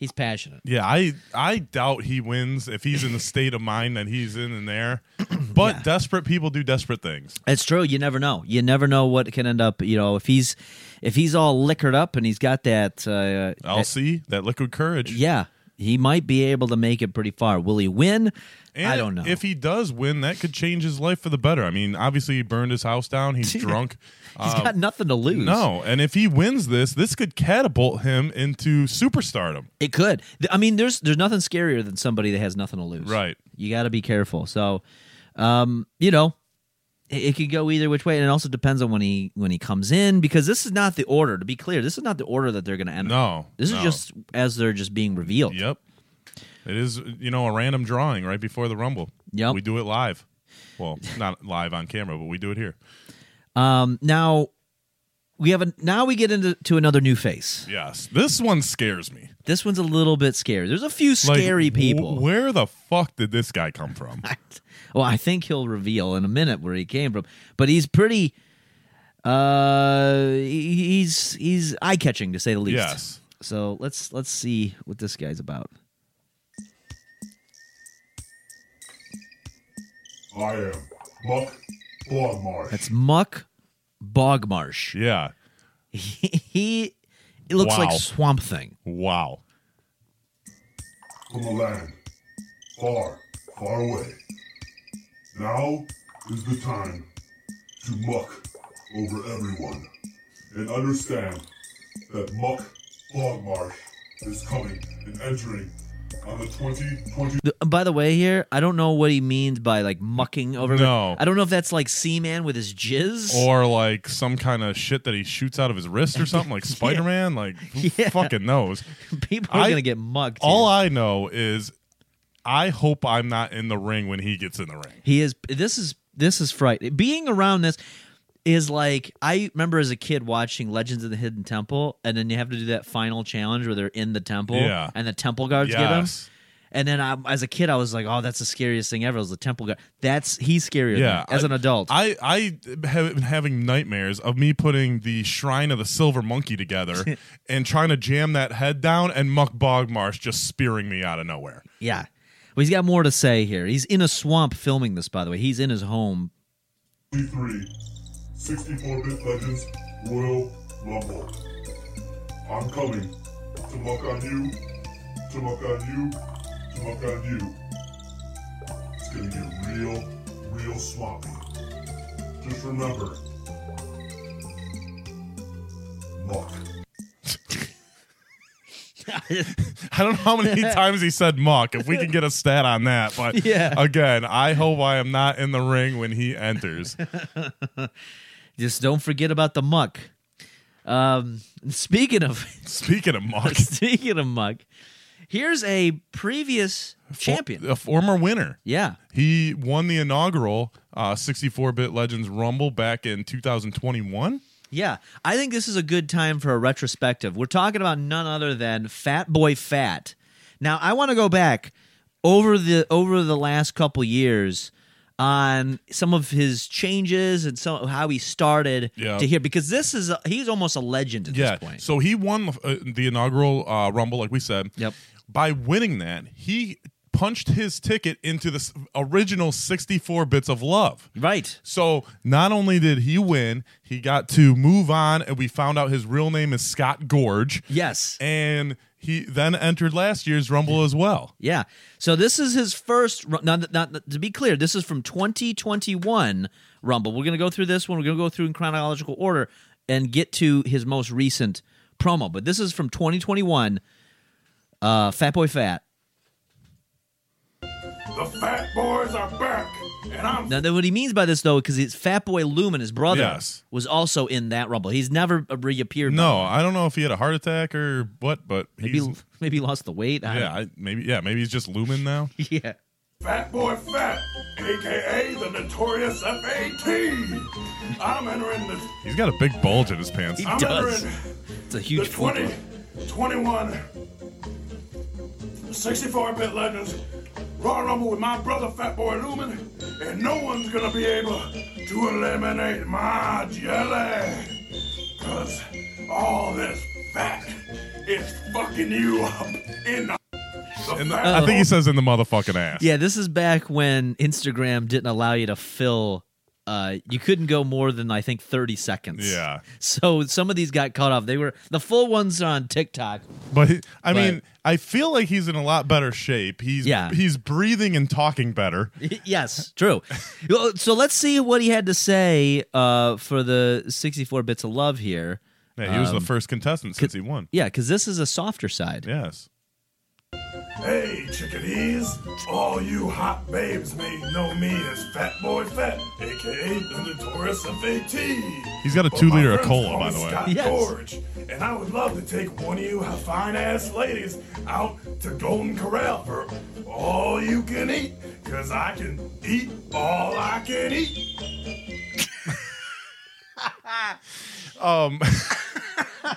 Speaker 4: He's passionate.
Speaker 3: Yeah, I I doubt he wins if he's in the state of mind that he's in and there. But desperate people do desperate things.
Speaker 4: It's true. You never know. You never know what can end up. You know, if he's if he's all liquored up and he's got that. Uh,
Speaker 3: LC, that liquid courage.
Speaker 4: yeah. he might be able to make it pretty far. Will he win?
Speaker 3: And
Speaker 4: I don't know.
Speaker 3: If he does win, that could change his life for the better. I mean, obviously he burned his house down. He's drunk. Uh,
Speaker 4: He's got nothing to lose.
Speaker 3: No, and if he wins this, this could catapult him into superstardom.
Speaker 4: It could. Th- I mean, there's there's nothing scarier than somebody that has nothing to lose.
Speaker 3: Right.
Speaker 4: You got to be careful. So, um, you know, it, it could go either which way, and it also depends on when he when he comes in because this is not the order. To be clear, this is not the order that they're going to end.
Speaker 3: No,
Speaker 4: This
Speaker 3: no.
Speaker 4: is just as they're just being revealed.
Speaker 3: Yep. It is, you know, a random drawing right before the Rumble.
Speaker 4: Yep.
Speaker 3: We do it live. Well, not live on camera, but we do it here.
Speaker 4: Um. Now. We have a now we get into to another new face.
Speaker 3: Yes. This one scares me.
Speaker 4: This one's a little bit scary. There's a few
Speaker 3: Like,
Speaker 4: scary
Speaker 3: wh-
Speaker 4: people.
Speaker 3: where the fuck did this guy come from?
Speaker 4: well, I think he'll reveal in a minute where he came from, but he's pretty. Uh, he- he's he's eye catching to say the least.
Speaker 3: Yes.
Speaker 4: So let's let's see what this guy's about.
Speaker 5: I am Muck Bloodmarsh.
Speaker 4: That's Muck Bogmarsh.
Speaker 3: Yeah.
Speaker 4: he it looks
Speaker 3: Wow.
Speaker 4: like Swamp Thing.
Speaker 3: Wow.
Speaker 5: from a land far, far away. Now is the time to muck over everyone and understand that Muck Bogmarsh is coming and entering on the 2020
Speaker 4: Th- By the way, here I don't know what he means by like mucking over.
Speaker 3: No.
Speaker 4: I don't know if that's like Seaman with his jizz.
Speaker 3: Or like some kind of shit that he shoots out of his wrist or something, like Spider Man. Like, who
Speaker 4: Yeah.
Speaker 3: fucking knows?
Speaker 4: people are
Speaker 3: I-
Speaker 4: gonna get mugged.
Speaker 3: All
Speaker 4: here.
Speaker 3: I know is I hope I'm not in the ring when he gets in the ring.
Speaker 4: He is. This is this is frightening. Being around this is like I remember as a kid watching Legends of the Hidden Temple, and then you have to do that final challenge where they're in the temple,
Speaker 3: Yeah.
Speaker 4: and the temple guards get him.
Speaker 3: Yes.
Speaker 4: And then I, as a kid, I was like, "Oh, that's the scariest thing ever." Was the temple guard? That's he's scarier.
Speaker 3: Yeah,
Speaker 4: than me, as
Speaker 3: I-
Speaker 4: an adult,
Speaker 3: I, I have been having nightmares of me putting the shrine of the silver monkey together and trying to jam that head down and Muck Bogmarsh just spearing me out of nowhere.
Speaker 4: yeah. Well, he's got more to say here. He's in a swamp filming this. By the way, he's in his home.
Speaker 5: 23 64-bit Legends Royal Rumble. I'm coming to muck on you, to muck on you, to muck on you. It's gonna get real, real sloppy. Just remember, muck.
Speaker 3: I don't know how many times he said Muck, if we can get a stat on that. But
Speaker 4: Yeah.
Speaker 3: again, I hope I am not in the ring when he enters.
Speaker 4: Just don't forget about the muck. Um, speaking of
Speaker 3: Speaking of Muck,
Speaker 4: speaking of muck, here's a previous champion.
Speaker 3: a former winner.
Speaker 4: Yeah.
Speaker 3: He won the inaugural uh, 64-bit Legends Rumble back in 2021.
Speaker 4: Yeah. I think this is a good time for a retrospective. We're talking about none other than Fat Boy Fat. Now, I want to go back over the over the last couple years on some of his changes and some how he started
Speaker 3: Yeah.
Speaker 4: to here because this is a, he's almost a legend at
Speaker 3: Yeah.
Speaker 4: this point.
Speaker 3: So he won uh, the inaugural uh, Rumble, like we said.
Speaker 4: Yep.
Speaker 3: By winning that, he punched his ticket into the s- original 64 bits of love.
Speaker 4: right.
Speaker 3: So not only did he win, he got to move on, and we found out his real name is Scott Gorge.
Speaker 4: Yes.
Speaker 3: And he then entered last year's Rumble as well.
Speaker 4: Yeah. So this is his first. ru- Now, now, to be clear, this is from 2021 Rumble. We're going to go through this one. We're going to go through in chronological order and get to his most recent promo. But this is from 2021. Uh, Fat Boy Fat.
Speaker 5: The fat boys are back, and I'm
Speaker 4: Now, then what he means by this though, because it's Fat Boy Lumen, his brother,
Speaker 3: Yes.
Speaker 4: was also in that Rumble. He's never uh, reappeared.
Speaker 3: No, I don't know if he had a heart attack or what, but
Speaker 4: Maybe,
Speaker 3: he's,
Speaker 4: maybe he lost the weight. I
Speaker 3: yeah, I, maybe yeah, maybe he's just looming now.
Speaker 4: don't- yeah.
Speaker 5: Fat Boy Fat, aka the notorious FAT. I'm entering the.
Speaker 3: He's got a big bulge in his pants.
Speaker 5: I'm
Speaker 4: does.
Speaker 5: entering
Speaker 4: It's a
Speaker 5: the
Speaker 4: huge.
Speaker 5: 20, 21, 64-bit legends Raw Rumble with my brother Fat Boy Lumen, and no one's gonna be able to eliminate my jelly. Cause all this fat is fucking you up in the. the
Speaker 3: And
Speaker 5: fat
Speaker 3: I think he says in the motherfucking ass.
Speaker 4: Yeah, this is back when Instagram didn't allow you to fill uh, you couldn't go more than I think 30 seconds.
Speaker 3: Yeah.
Speaker 4: So some of these got cut off. They were the full ones are on TikTok.
Speaker 3: But he- I
Speaker 4: But-
Speaker 3: mean, I feel like he's in a lot better shape. He's
Speaker 4: Yeah.
Speaker 3: he's breathing and talking better.
Speaker 4: yes, true. Well, So let's see what he had to say uh, for the 64 bits of love here. Um,
Speaker 3: Yeah, he was the first contestant since he won.
Speaker 4: Yeah, because this is a softer side.
Speaker 3: Yes.
Speaker 5: Hey, chickadees! All you hot babes may know me as Fat Boy Fat, aka the Notorious FAT.
Speaker 3: He's got a
Speaker 5: But
Speaker 3: two
Speaker 5: my
Speaker 3: liter of
Speaker 5: friends
Speaker 3: cola,
Speaker 5: call
Speaker 3: Oh, by
Speaker 5: me
Speaker 3: the way.
Speaker 5: Scott
Speaker 4: Yes.
Speaker 5: Gorge, and I would love to take one of you fine ass ladies out to Golden Corral for all you can eat, because I can eat all I can eat.
Speaker 3: Um,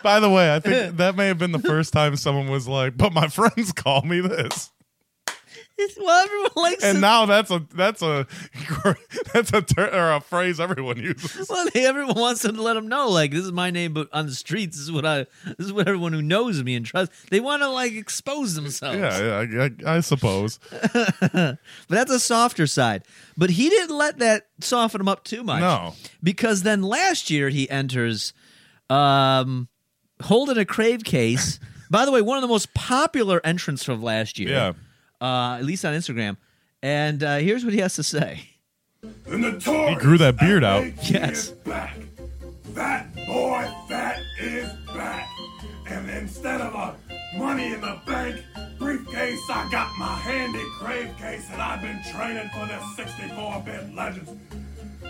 Speaker 3: By the way, I think that may have been the first time someone was like, "But my friends call me this,"
Speaker 4: Well, everyone likes
Speaker 3: and
Speaker 4: it.
Speaker 3: now that's a that's a that's a ter- or a phrase everyone uses.
Speaker 4: Well, everyone wants to let them know, like this is my name, but on the streets, this is what I, this is what everyone who knows me and trusts. They want to like expose themselves.
Speaker 3: Yeah, yeah I, I, I suppose.
Speaker 4: But that's a softer side. But he didn't let that soften him up too much.
Speaker 3: No.
Speaker 4: Because then last year he enters um holding a crave case. By the way, one of the most popular entrants from last year.
Speaker 3: Yeah.
Speaker 4: Uh, at least on Instagram. And uh, here's what he has to say.
Speaker 5: The Notorious.
Speaker 3: He grew that beard out.
Speaker 5: FAT
Speaker 4: Yes.
Speaker 5: Is back. Fat Boy Fat is back, and instead of a money in the bank briefcase, I got my handy crave case, and I've been training for this 64-bit legends.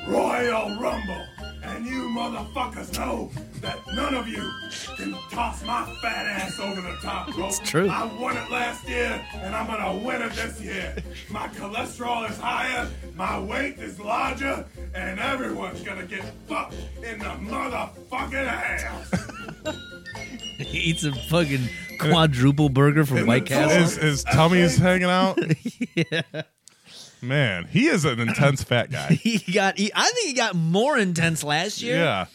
Speaker 5: Royal Rumble. And you motherfuckers know that none of you can toss my fat ass over the top rope. It's
Speaker 4: true.
Speaker 5: I won it last year, and I'm gonna win it this year. My cholesterol is higher, my weight is larger, and everyone's gonna get fucked in the motherfucking ass.
Speaker 4: He eats a fucking quadruple burger from White Castle.
Speaker 3: His, his tummy's hanging out. Man, he is an intense fat guy.
Speaker 4: He got he, I think he got more intense last year.
Speaker 3: Yeah.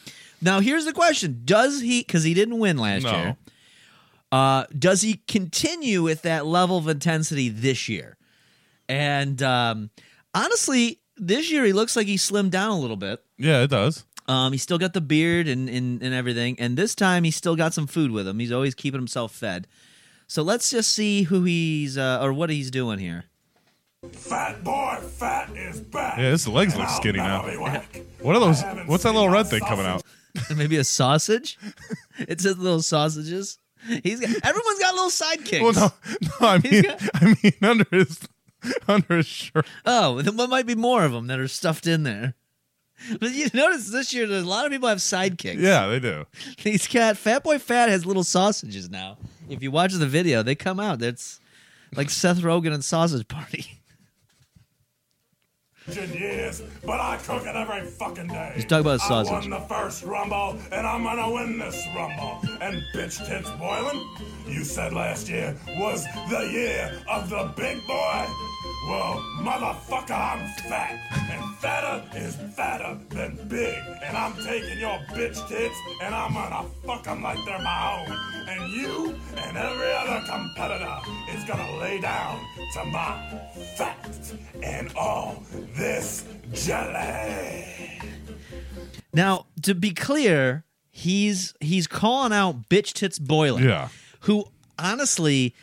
Speaker 4: Now here's the question: Does he? Because he didn't win last
Speaker 3: No.
Speaker 4: year. Uh, does he continue with that level of intensity this year? And um, honestly, this year he looks like he slimmed down a little bit.
Speaker 3: Yeah, it does.
Speaker 4: Um, he still got the beard and, and and everything, and this time he's still got some food with him. He's always keeping himself fed. So let's just see who he's uh, or what he's doing here.
Speaker 5: Fat boy, fat is back.
Speaker 3: Yeah, his legs
Speaker 5: And
Speaker 3: look
Speaker 5: I'll
Speaker 3: skinny
Speaker 5: never
Speaker 3: now.
Speaker 5: be whack.
Speaker 3: What are those?
Speaker 5: I haven't
Speaker 3: What's that
Speaker 5: seen
Speaker 3: little
Speaker 5: my
Speaker 3: red thing coming out?
Speaker 5: sausage
Speaker 4: Maybe a sausage. it says little sausages. He's got, everyone's got little sidekicks.
Speaker 3: Well, no, no. I mean,
Speaker 4: got-
Speaker 3: I mean, under his under his shirt.
Speaker 4: Oh, then there might be more of them that are stuffed in there. But you notice this year, there's a lot of people have sidekicks.
Speaker 3: Yeah, they do.
Speaker 4: These cat Fat Boy Fat has little sausages now. If you watch the video, they come out. That's like Seth Rogen and Sausage Party.
Speaker 5: in years, but I cook it every fucking day.
Speaker 4: Let's talk about sausage.
Speaker 5: I won the first rumble, and I'm gonna win this rumble. And bitch tits boiling, you said last year was the year of the big boy. Well, motherfucker, I'm fat, and fatter is fatter than big. And I'm taking your bitch tits, and I'm gonna fuck them like they're my own. And you and every other competitor is gonna lay down to my fat and all this jelly.
Speaker 4: Now, to be clear, he's he's calling out bitch tits boiling.
Speaker 3: Yeah.
Speaker 4: Who honestly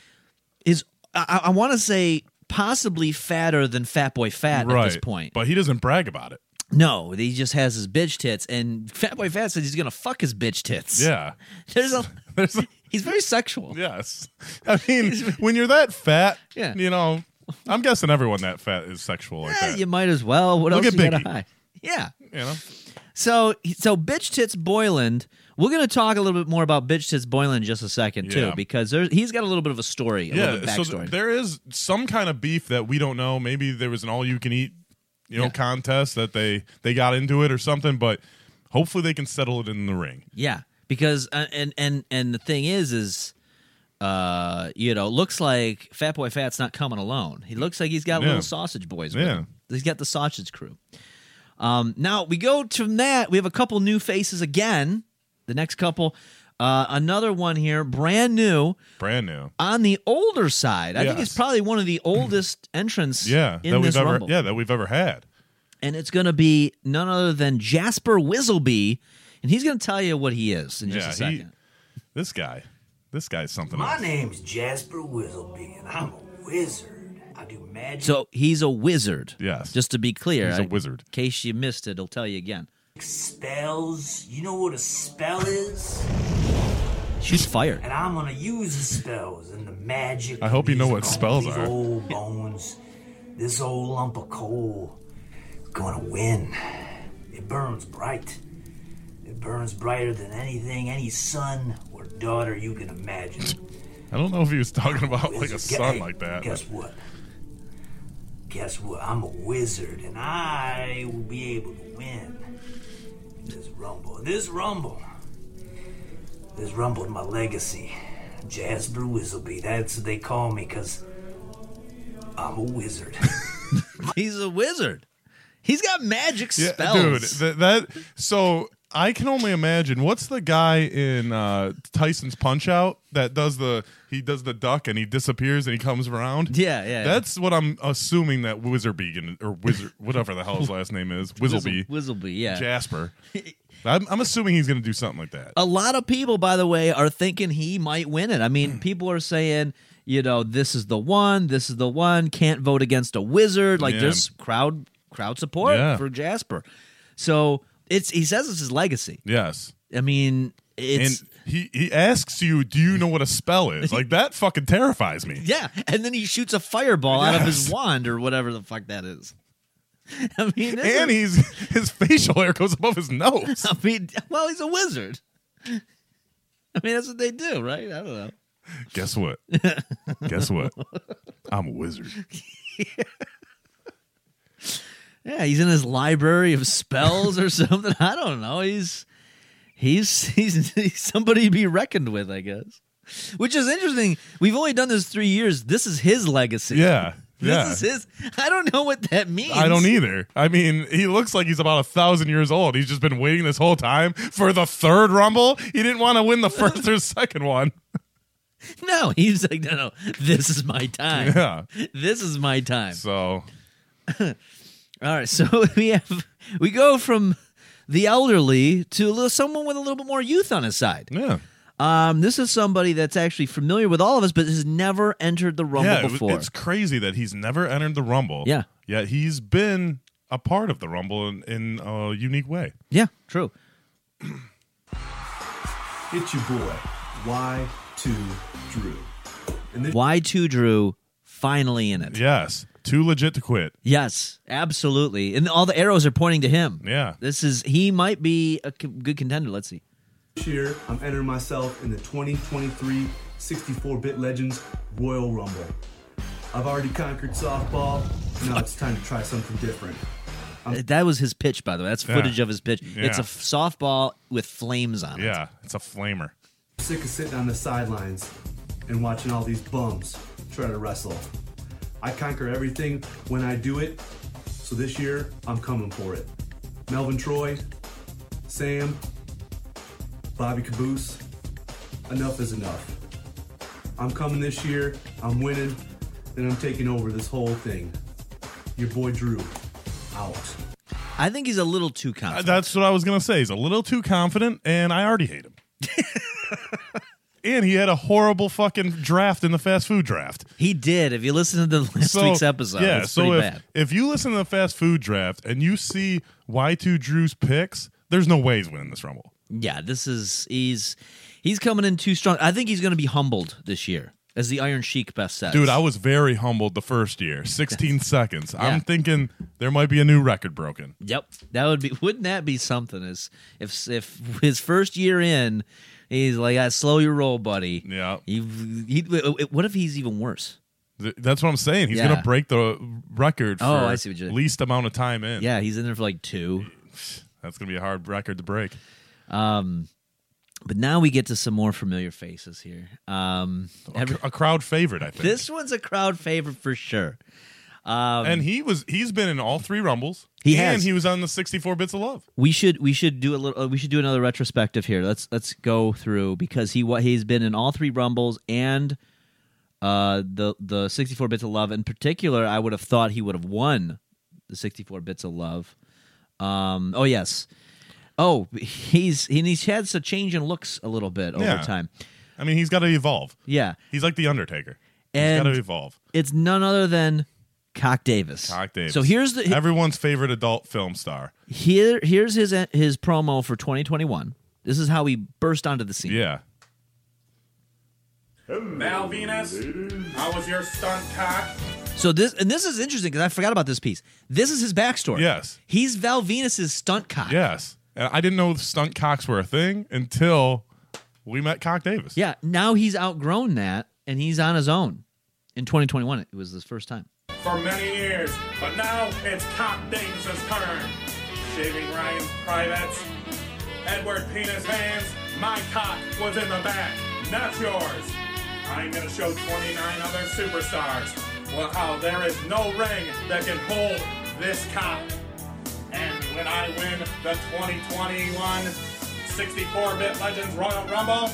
Speaker 4: is I, I want to say possibly fatter than Fat Boy Fat
Speaker 3: right.
Speaker 4: at this point.
Speaker 3: but he doesn't brag about it.
Speaker 4: No, he just has his bitch tits, and Fat Boy Fat says he's gonna fuck his bitch tits.
Speaker 3: Yeah.
Speaker 4: there's a,
Speaker 3: There's a,
Speaker 4: he's very sexual.
Speaker 3: yes. I mean, when you're that fat,
Speaker 4: Yeah.
Speaker 3: you know, I'm guessing everyone that fat is sexual like
Speaker 4: Eh,
Speaker 3: that.
Speaker 4: you might as well. What
Speaker 3: Look
Speaker 4: else
Speaker 3: at
Speaker 4: you gotta
Speaker 3: Biggie.
Speaker 4: hide? Yeah.
Speaker 3: you know?
Speaker 4: So so bitch tits Boyland. We're gonna talk a little bit more about bitch tits Boyland in just a second too,
Speaker 3: Yeah.
Speaker 4: because there's, he's got a little bit of a story, a little
Speaker 3: Yeah.
Speaker 4: bit
Speaker 3: So
Speaker 4: of
Speaker 3: th-
Speaker 4: backstory.
Speaker 3: there is some kind of beef that we don't know. Maybe there was an all you can eat, you know,
Speaker 4: Yeah.
Speaker 3: contest that they they got into it or something. But hopefully they can settle it in the ring.
Speaker 4: yeah, because uh, and and and the thing is is. Uh, you know, looks like Fat Boy Fat's not coming alone. He looks like he's got
Speaker 3: Yeah.
Speaker 4: little sausage boys. With
Speaker 3: Yeah.
Speaker 4: him. he's got the sausage crew. Um, now we go to that. We have a couple new faces again. The next couple, uh, another one here, brand new.
Speaker 3: Brand new.
Speaker 4: on the older side. I think
Speaker 3: Yes.
Speaker 4: it's probably one of the oldest entrants
Speaker 3: Yeah.
Speaker 4: in
Speaker 3: that
Speaker 4: this
Speaker 3: we've ever
Speaker 4: rumble.
Speaker 3: yeah, that we've ever had.
Speaker 4: and it's going to be none other than Jasper Wizzleby, and he's going to tell you what he is in just
Speaker 3: Yeah,
Speaker 4: a
Speaker 3: he-
Speaker 4: second.
Speaker 3: This guy, this guy's something
Speaker 9: My
Speaker 3: else.
Speaker 9: name's Jasper Wizzleby, and I'm a wizard. I do magic,
Speaker 4: so he's a wizard.
Speaker 3: Yes.
Speaker 4: Just to be clear,
Speaker 3: He's a
Speaker 4: I-
Speaker 3: wizard.
Speaker 4: In case you missed it, I'll tell you again.
Speaker 9: spells. You know what a spell is?
Speaker 4: She's fired.
Speaker 9: And I'm gonna use the spells and the magic.
Speaker 3: I hope you know what
Speaker 9: music on
Speaker 3: spells
Speaker 9: these
Speaker 3: are.
Speaker 9: Old bones, this old lump of coal, gonna win. It burns bright. It burns brighter than anything, any son or daughter you can imagine.
Speaker 3: I don't know if he was talking about like a
Speaker 9: Wizard. Gu-
Speaker 3: son
Speaker 9: hey,
Speaker 3: like that.
Speaker 9: Guess what? Guess what? I'm a wizard, and I will be able to win this rumble. This rumble. This rumble is my legacy. Jasper Wizzleby. That's what they call me, cause I'm a wizard.
Speaker 4: He's a wizard. He's got magic
Speaker 3: Yeah, dude,
Speaker 4: spells.
Speaker 3: that, that so I can only imagine. What's the guy in uh, Tyson's Punch Out that does the he does the duck and he disappears and he comes around?
Speaker 4: Yeah, yeah, yeah.
Speaker 3: That's what I'm assuming that Wizardbee can- or Wizard whatever the hell his last name is Wizzleby
Speaker 4: Wizzleby, yeah.
Speaker 3: Jasper. I'm, I'm assuming he's gonna do something like that.
Speaker 4: a lot of people, by the way, are thinking he might win it. I mean,
Speaker 3: Mm.
Speaker 4: people are saying, you know, this is the one, this is the one. Can't vote against a wizard. Like
Speaker 3: Yeah.
Speaker 4: there's crowd crowd support
Speaker 3: Yeah.
Speaker 4: for Jasper. So it's he says it's his legacy.
Speaker 3: yes,
Speaker 4: I mean, it's
Speaker 3: and he he asks you, do you know what a spell is? Like that fucking terrifies me.
Speaker 4: yeah. And then he shoots a fireball out of his
Speaker 3: Yes.
Speaker 4: wand or whatever the fuck that is. I mean, this
Speaker 3: And
Speaker 4: is-
Speaker 3: he's his facial hair goes above his nose.
Speaker 4: I mean, well, he's a wizard. I mean, that's what they do, right? I don't know.
Speaker 3: Guess what? Guess what? I'm a wizard.
Speaker 4: Yeah, he's in his library of spells or something. I don't know. He's he's he's, he's somebody to be reckoned with, I guess. Which is interesting. We've only done this three years. This is his legacy.
Speaker 3: Yeah.
Speaker 4: This
Speaker 3: Yeah.
Speaker 4: is his. I don't know what that means.
Speaker 3: I don't either. I mean, he looks like he's about a thousand years old. He's just been waiting this whole time for the third rumble. He didn't want to win the first or second one.
Speaker 4: No, he's like, no, no. This is my time.
Speaker 3: Yeah.
Speaker 4: This is my time.
Speaker 3: So
Speaker 4: All right, so we have we go from the elderly to a little, someone with a little bit more youth on his side.
Speaker 3: yeah.
Speaker 4: Um, this is somebody that's actually familiar with all of us, but has never entered the rumble
Speaker 3: Yeah, it was-
Speaker 4: before.
Speaker 3: it's crazy that he's never entered the rumble.
Speaker 4: Yeah.
Speaker 3: Yet he's been a part of the rumble in, in a unique way.
Speaker 4: yeah, true.
Speaker 10: It's your boy, Y2 Drew. And this
Speaker 4: Y two Drew finally in it.
Speaker 3: Yes. Too legit to quit.
Speaker 4: Yes, absolutely, and all the arrows are pointing to him.
Speaker 3: Yeah.
Speaker 4: this is he might be a co- good contender. Let's see.
Speaker 10: year, I'm entering myself in the 2023 64-bit Legends Royal Rumble. I've already conquered softball. Now it's time to try something different.
Speaker 4: That was his pitch, by the way. That's
Speaker 3: Um, Yeah.
Speaker 4: footage of his pitch. It's
Speaker 3: Yeah.
Speaker 4: a f- softball with flames on it.
Speaker 3: Yeah. It's a flamer.
Speaker 10: I'm sick of sitting on the sidelines and watching all these bums try to wrestle. I conquer everything when I do it, so this year I'm coming for it. Melvin Troy, Sam, Bobby Caboose, enough is enough. I'm coming this year, I'm winning, and I'm taking over this whole thing. Your boy Drew, out.
Speaker 4: I think he's a little too
Speaker 3: Uh,
Speaker 4: confident.
Speaker 3: That's what I was gonna say. He's a little too confident, and I already hate him. and he had a horrible fucking draft in the fast food draft.
Speaker 4: he did. If you listen to the last week's episode,
Speaker 3: yeah.
Speaker 4: it's
Speaker 3: so
Speaker 4: pretty
Speaker 3: if
Speaker 4: bad.
Speaker 3: if you listen to the fast food draft and you see Y two Drew's picks, there's no way he's winning this rumble.
Speaker 4: Yeah, this is he's he's coming in too strong. I think he's going to be humbled this year, as the Iron Sheik best says.
Speaker 3: Dude, I was very humbled the first year. 16 seconds.
Speaker 4: Yeah.
Speaker 3: I'm thinking there might be a new record broken.
Speaker 4: yep, that would be wouldn't that be something? Is if if his first year in, he's like, ah, slow your roll, buddy.
Speaker 3: Yeah.
Speaker 4: You, he, what if he's even worse?
Speaker 3: Th- That's what I'm saying. He's
Speaker 4: Yeah.
Speaker 3: gonna break the record for
Speaker 4: Oh, I see what you-
Speaker 3: least amount of time in.
Speaker 4: Yeah, he's in there for like two.
Speaker 3: That's gonna be a hard record to break.
Speaker 4: Um, But now we get to some more familiar faces here. Um,
Speaker 3: A,
Speaker 4: every-
Speaker 3: cr- a crowd favorite, I think.
Speaker 4: this one's a crowd favorite for sure. Um,
Speaker 3: and he was he's been in all three rumbles.
Speaker 4: He
Speaker 3: and
Speaker 4: has.
Speaker 3: he was on the 64 bits of love.
Speaker 4: we should we should do a little uh, we should do another retrospective here let's let's go through because he what he's been in all three rumbles and uh the the 64 bits of love in particular i would have thought he would have won the 64 bits of love. Um, oh yes. Oh, he's and he's had a change in looks a little bit over
Speaker 3: Yeah.
Speaker 4: time.
Speaker 3: I mean, he's got to evolve.
Speaker 4: Yeah,
Speaker 3: He's like the Undertaker.
Speaker 4: And-
Speaker 3: he's got to evolve.
Speaker 4: it's none other than Cock Davis.
Speaker 3: Cock Davis.
Speaker 4: So here's the
Speaker 3: everyone's favorite adult film star.
Speaker 4: here here's his his promo for 2021. This is how he burst onto the scene.
Speaker 3: Yeah.
Speaker 11: Val Venus, I was your stunt cock.
Speaker 4: So this and this is interesting because I forgot about this piece. This is his backstory.
Speaker 3: Yes.
Speaker 4: He's Val Venus's stunt cock.
Speaker 3: Yes. And I didn't know stunt cocks were a thing until we met Cock Davis.
Speaker 4: Yeah. Now he's outgrown that and he's on his own. In 2021, it was his first time.
Speaker 11: for many years, but now it's Cock Davis's turn. Shaving Ryan's privates, Edward Penis Hands, my cock was in the back, not yours. I'm gonna show 29 other superstars well how there is no ring that can hold this cock. And when I win the 2021 64-bit Legends Royal Rumble,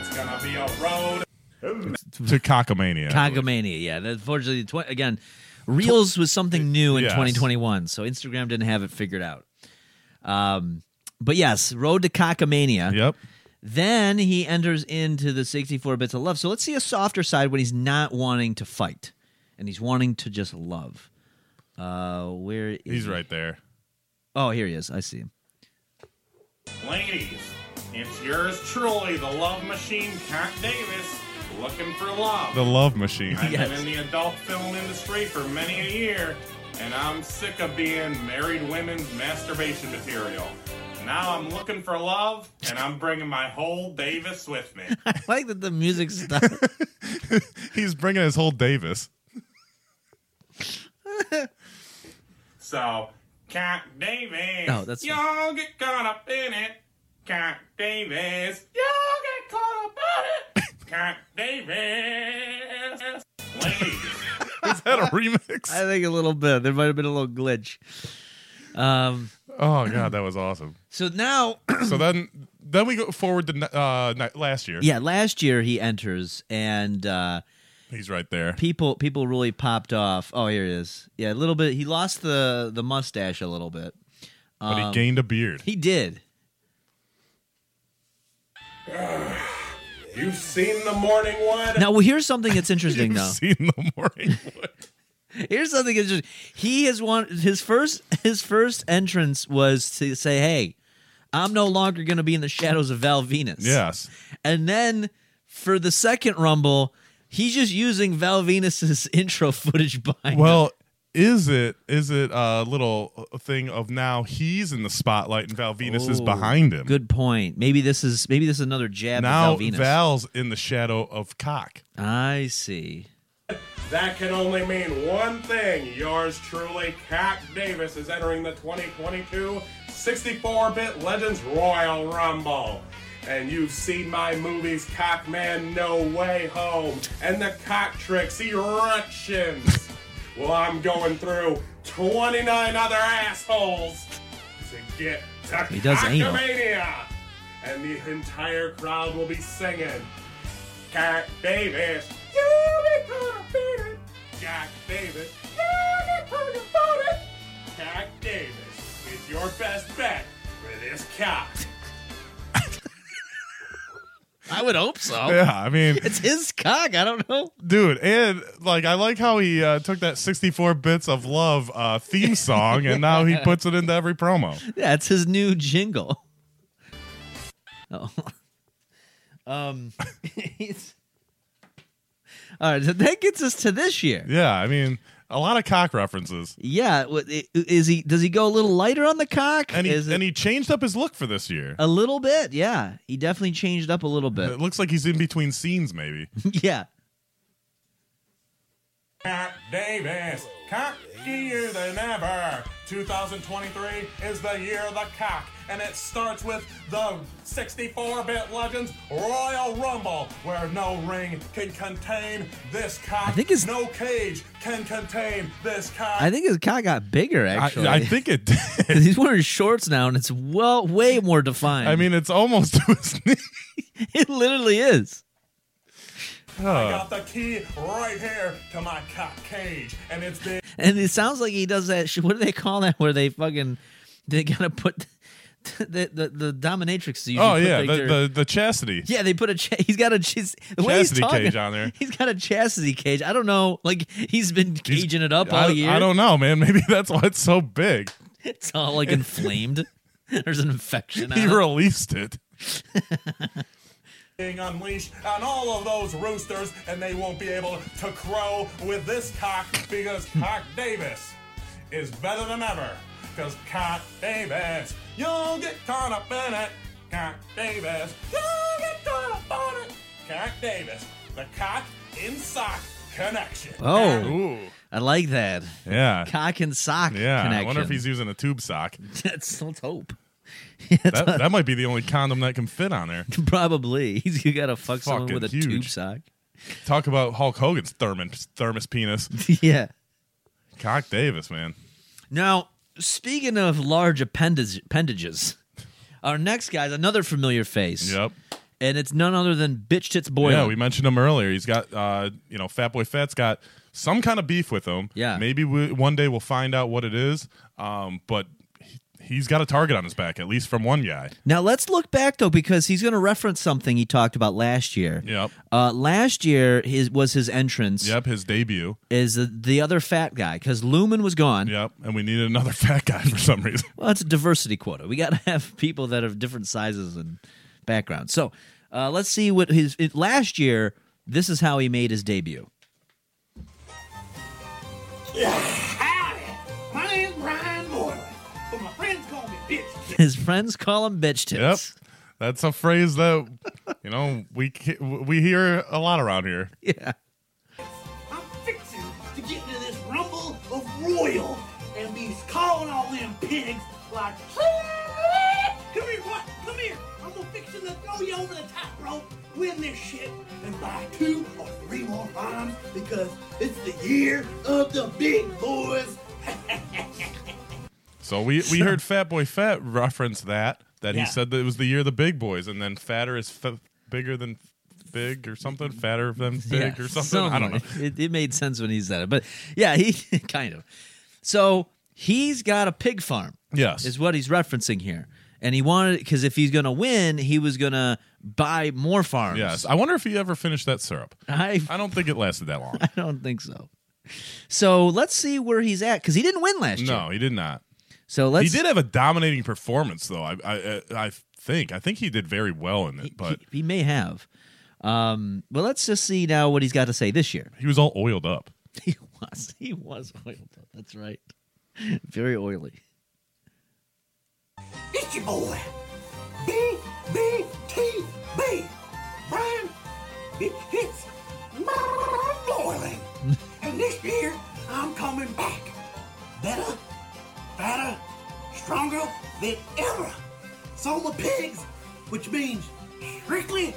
Speaker 11: it's gonna be a road
Speaker 3: To Cockamania.
Speaker 4: Cogomania. Yeah. that- Unfortunately, tw- again, Reels was something new in
Speaker 3: Yes.
Speaker 4: 2021, so Instagram didn't have it figured out. Um, but yes, Road to Cockamania.
Speaker 3: Yep.
Speaker 4: Then he enters into the 64 bits of love. So let's see a softer side when he's not wanting to fight and he's wanting to just love. Uh, where is
Speaker 3: He's
Speaker 4: he?
Speaker 3: right there.
Speaker 4: Oh, here he is. I see him.
Speaker 11: Ladies, it's yours truly, the love machine, Cock Davis, looking for love.
Speaker 3: The love machine.
Speaker 11: I've
Speaker 4: Yes.
Speaker 11: been in the adult film industry for many a year, and I'm sick of being married women's masturbation material. Now I'm looking for love, and I'm bringing my whole Davis with me.
Speaker 4: I like that the music stopped.
Speaker 3: He's bringing his whole Davis.
Speaker 11: So, Cock Davis,
Speaker 4: No, Oh, that's-
Speaker 11: y'all get caught up in it. Cock Davis, y'all get caught up in it. Cock Davis, ladies.
Speaker 3: Is that a remix?
Speaker 4: I think a little bit. There might have been a little glitch. Um,
Speaker 3: Oh god, that was awesome.
Speaker 4: so now,
Speaker 3: so then, then we go forward to uh, ni- last year.
Speaker 4: yeah, last year he enters and uh,
Speaker 3: He's right there.
Speaker 4: people people really popped off. Oh, here he is. Yeah, a little bit. He lost the the mustache a little bit. Um,
Speaker 3: But he gained a beard.
Speaker 4: He did.
Speaker 11: You've seen the morning wood.
Speaker 4: Now, well, here's something that's interesting,
Speaker 3: You've
Speaker 4: though.
Speaker 3: seen the morning. wood.
Speaker 4: Here's something that's just he has one his first his first entrance was to say, "Hey, I'm no longer going to be in the shadows of Val Venus."
Speaker 3: yes.
Speaker 4: and then for the second rumble, he's just using Val Venus's intro footage behind. him.
Speaker 3: Well, is it is it a little uh, thing of now he's in the spotlight and Val Venus is
Speaker 4: Oh,
Speaker 3: behind him.
Speaker 4: good point. Maybe this is maybe this is another jab at
Speaker 3: Now
Speaker 4: Val Venus. Uh,
Speaker 3: Val's in the shadow of cock.
Speaker 4: I see.
Speaker 11: That can only mean one thing. Yours truly, Cap Davis, is entering the 2022 64 bit Legends Royal Rumble. And you've seen my movies, Cockman No Way Home, and the Cock Tricks Erections. well, I'm going through 29 other assholes to get to
Speaker 4: He does anal.
Speaker 11: Cockamania. And the entire crowd will be singing Cat Davis. You be gonna beat it. Jack Davis. You be gonna vote it. Jack Davis is your best bet for this cock.
Speaker 4: I would hope so.
Speaker 3: Yeah, I mean,
Speaker 4: oh. It's his cock. I don't know.
Speaker 3: dude, and like I like how he uh, took that 64 bits of love uh, theme song and now he puts it into every promo.
Speaker 4: Yeah, it's his new jingle. Oh. Um. he's- All right, so that gets us to this year.
Speaker 3: Yeah, I mean, a lot of cock references.
Speaker 4: Yeah, what- i- is he? Does he go a little lighter on the cock?
Speaker 3: And he,
Speaker 4: Is it-
Speaker 3: and he changed up his look for this year.
Speaker 4: a little bit? Yeah, he definitely changed up a little bit.
Speaker 3: It looks like he's in between scenes, maybe.
Speaker 4: yeah,
Speaker 11: Cat Davis, cockier than ever. 2023 is the year of the cock, and it starts with the 64-bit Legends Royal Rumble, where no ring can contain this cock. I
Speaker 4: think it's-
Speaker 11: no cage can contain this cock.
Speaker 4: I think his cock got bigger
Speaker 3: I,
Speaker 4: actually.
Speaker 3: I think it did.
Speaker 4: 'Cause he's wearing shorts now, and it's well way more defined.
Speaker 3: I mean, it's almost to his knee.
Speaker 4: it literally is.
Speaker 3: Huh.
Speaker 11: I got the key right here to my cock cage, and it's been
Speaker 4: And it sounds like he does that. sh- What do they call that? Where they fucking they gotta put the the, the dominatrix. Usually
Speaker 3: Oh
Speaker 4: put
Speaker 3: yeah,
Speaker 4: like
Speaker 3: the,
Speaker 4: their-
Speaker 3: the the chastity.
Speaker 4: yeah, they put a cha- he's got a chas- the way he's
Speaker 3: Chastity
Speaker 4: talking,
Speaker 3: cage on there.
Speaker 4: He's got a chastity cage. I don't know. Like he's been caging it up all
Speaker 3: I,
Speaker 4: year.
Speaker 3: I don't know, man. Maybe that's why it's so big.
Speaker 4: It's all like inflamed. There's an infection.
Speaker 3: He
Speaker 4: on it.
Speaker 3: released it.
Speaker 11: being unleashed on all of those roosters, and they won't be able to crow with this cock because Cock Davis is better than ever. Because Cock Davis, you'll get caught up in it. Cock Davis, you'll get caught up on it. Cock Davis, the cock in sock connection.
Speaker 4: Oh,
Speaker 3: Ooh.
Speaker 4: I like that.
Speaker 3: Yeah.
Speaker 4: cock and sock.
Speaker 3: Yeah,
Speaker 4: connection.
Speaker 3: I wonder if he's using a tube sock.
Speaker 4: That's, let's hope.
Speaker 3: That, that might be the only condom that can fit on there.
Speaker 4: Probably he's got to fuck someone
Speaker 3: Fucking
Speaker 4: with a
Speaker 3: huge.
Speaker 4: tube sock.
Speaker 3: Talk about Hulk Hogan's thermos, thermos penis.
Speaker 4: yeah.
Speaker 3: Cock Davis, man.
Speaker 4: Now, speaking of large appendage, appendages, our next guy's another familiar face.
Speaker 3: Yep.
Speaker 4: And it's none other than Bitch Tits Boy.
Speaker 3: Yeah, we mentioned him earlier. He's got, uh, you know, Fat Boy Fat's got some kind of beef with him.
Speaker 4: Yeah.
Speaker 3: Maybe we, one day we'll find out what it is. Um, but he, he's got a target on his back, at least from one guy.
Speaker 4: now, let's look back, though, because he's going to reference something he talked about last year.
Speaker 3: Yep.
Speaker 4: Uh, last year his, was his entrance
Speaker 3: Yep. His debut.
Speaker 4: is the, the other fat guy because Lumen was gone.
Speaker 3: Yep. And we needed another fat guy for some reason.
Speaker 4: Well, it's a diversity quota. We got to have people that have different sizes and backgrounds. So uh, let's see what his it, last year. This is how he made his debut.
Speaker 9: Howdy! My name's Brian Boylan, but my friends call me Bitch.
Speaker 4: His friends call him bitch
Speaker 3: Yep.
Speaker 4: tits.
Speaker 3: That's a phrase that, you know, we ca- we hear a lot around here.
Speaker 4: Yeah.
Speaker 9: I'm fixing to get into this rumble of royal and be calling all them pigs like, come here, what? Come here. I'm gonna fix you to throw you over the top rope, win this shit, and buy two or three more bombs because it's the year of the big boys.
Speaker 3: So we, we heard Fat Boy Fat reference that that
Speaker 9: Yeah.
Speaker 3: he said that it was the year of the big boys, and then fatter is f- bigger than f- big or something, fatter than big
Speaker 4: Yeah,
Speaker 3: or something. I don't know.
Speaker 4: like- It, it made sense when he said it, but yeah, he kind of. So he's got a pig farm.
Speaker 3: Yes.
Speaker 4: is what he's referencing here, and he wanted because if he's going to win, he was going to buy more farms.
Speaker 3: Yes, I wonder if he ever finished that syrup.
Speaker 4: I
Speaker 3: I don't think it lasted that long.
Speaker 4: I don't think so. So let's see where he's at because he didn't win last year.
Speaker 3: No, he did not.
Speaker 4: So let's.
Speaker 3: he did have a dominating performance, though. I I I I think I think he did very well in it, but
Speaker 4: he, he may have. Um, but let's just see now what he's got to say this year.
Speaker 3: he was all oiled up.
Speaker 4: He was. He was oiled up. That's right. Very oily.
Speaker 9: It's your boy, BBTB, Brian Bitch Hits Boiling. and this year, I'm coming back. Better, fatter, stronger than ever. Sold my pigs, which means strictly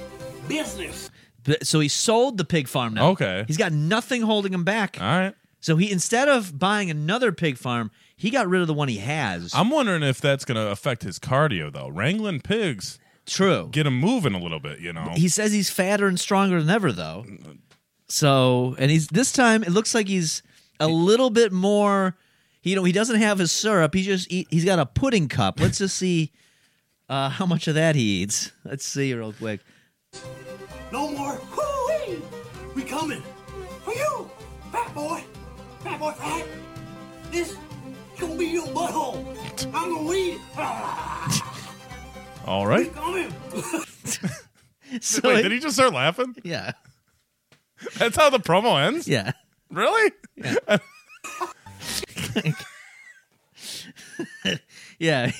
Speaker 9: business.
Speaker 4: But- So he sold the pig farm now.
Speaker 3: Okay.
Speaker 4: He's got nothing holding him back.
Speaker 3: All right.
Speaker 4: So he instead of buying another pig farm, he got rid of the one he has.
Speaker 3: I'm wondering if that's going to affect his cardio though. Wrangling pigs
Speaker 4: True.
Speaker 3: get him moving a little bit, you know.
Speaker 4: He says he's fatter and stronger than ever though. So, and he's this time it looks like he's a little bit more you know, he doesn't have his syrup. He just eat, he's got a pudding cup. Let's just see uh, how much of that he eats. Let's see real quick.
Speaker 9: No more hoo-wee. We coming for you, fat boy, fat boy, fat. This gonna be your butthole. I'm gonna eat it.
Speaker 3: all right.
Speaker 9: coming.
Speaker 4: So
Speaker 3: Wait,
Speaker 4: it-
Speaker 3: did he just start laughing?
Speaker 4: Yeah.
Speaker 3: That's how the promo ends?
Speaker 4: Yeah.
Speaker 3: Really?
Speaker 4: Yeah.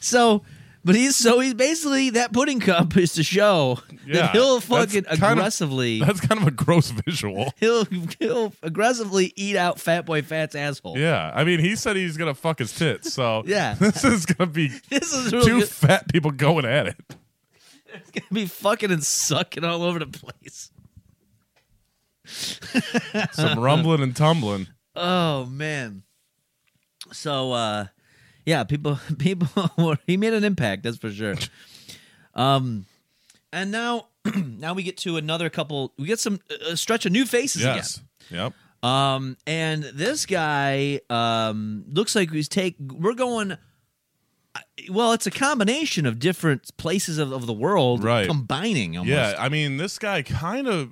Speaker 4: so, but he's so he's basically that pudding cup is to show
Speaker 3: Yeah,
Speaker 4: that he'll
Speaker 3: that's
Speaker 4: fucking
Speaker 3: kind of-
Speaker 4: aggressively
Speaker 3: That's kind of a gross visual.
Speaker 4: he'll he'll aggressively eat out Fat Boy Fat's asshole.
Speaker 3: Yeah. I mean, he said he's going to fuck his tits. So,
Speaker 4: Yeah.
Speaker 3: this is going to be
Speaker 4: This is really
Speaker 3: two
Speaker 4: good.
Speaker 3: fat people going at it.
Speaker 4: It's gonna be fucking and sucking all over the place.
Speaker 3: Some rumbling and tumbling.
Speaker 4: Oh man. So uh yeah, people people were, he made an impact, that's for sure. Um And now, now we get to another couple. We get some a stretch of new faces
Speaker 3: Yes. Yep.
Speaker 4: again. Um, and this guy um looks like he's take. We're going. Well, it's a combination of different places of, of the world
Speaker 3: Right.
Speaker 4: combining. Almost.
Speaker 3: Yeah, I mean, this guy kind of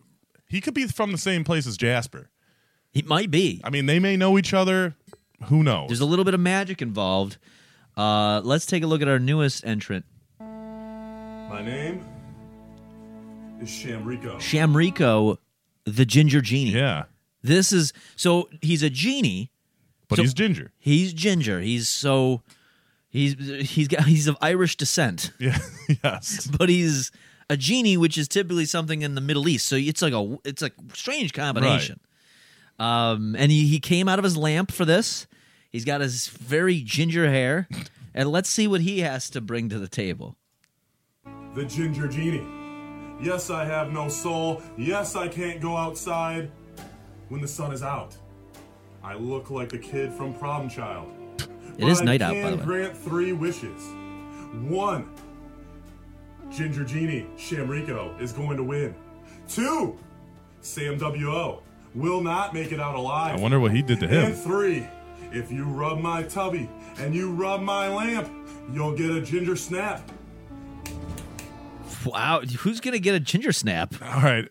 Speaker 3: he could be from the same place as Jasper.
Speaker 4: He might be.
Speaker 3: I mean, they may know each other. Who knows?
Speaker 4: There's a little bit of magic involved. Uh, let's take a look at our newest entrant,
Speaker 10: My name is Shamrico.
Speaker 4: Shamrico, the ginger genie.
Speaker 3: Yeah,
Speaker 4: This is so he's a genie.
Speaker 3: but
Speaker 4: So-
Speaker 3: he's ginger.
Speaker 4: He's ginger. He's so he's he's got he's of Irish descent,
Speaker 3: Yeah. yes.
Speaker 4: but he's a genie, which is typically something in the Middle East. So it's like a it's a strange combination. Um, and he, he came out of his lamp for this. He's got his very ginger hair, and let's see what he has to bring to the table.
Speaker 5: The Ginger Genie. Yes, I have no soul. Yes, I can't go outside when the sun is out. I look like the kid from Problem Child.
Speaker 4: It is
Speaker 5: But I
Speaker 4: night out, by
Speaker 5: can
Speaker 4: the way.
Speaker 5: grant three wishes. One, Ginger Genie Shamrico is going to win. Two, Sam W.O. will not make it out alive.
Speaker 3: I wonder what he did to him.
Speaker 5: And three, if you rub my tubby and you rub my lamp, you'll get a ginger snap.
Speaker 4: Wow, who's gonna get a ginger snap?
Speaker 3: All right.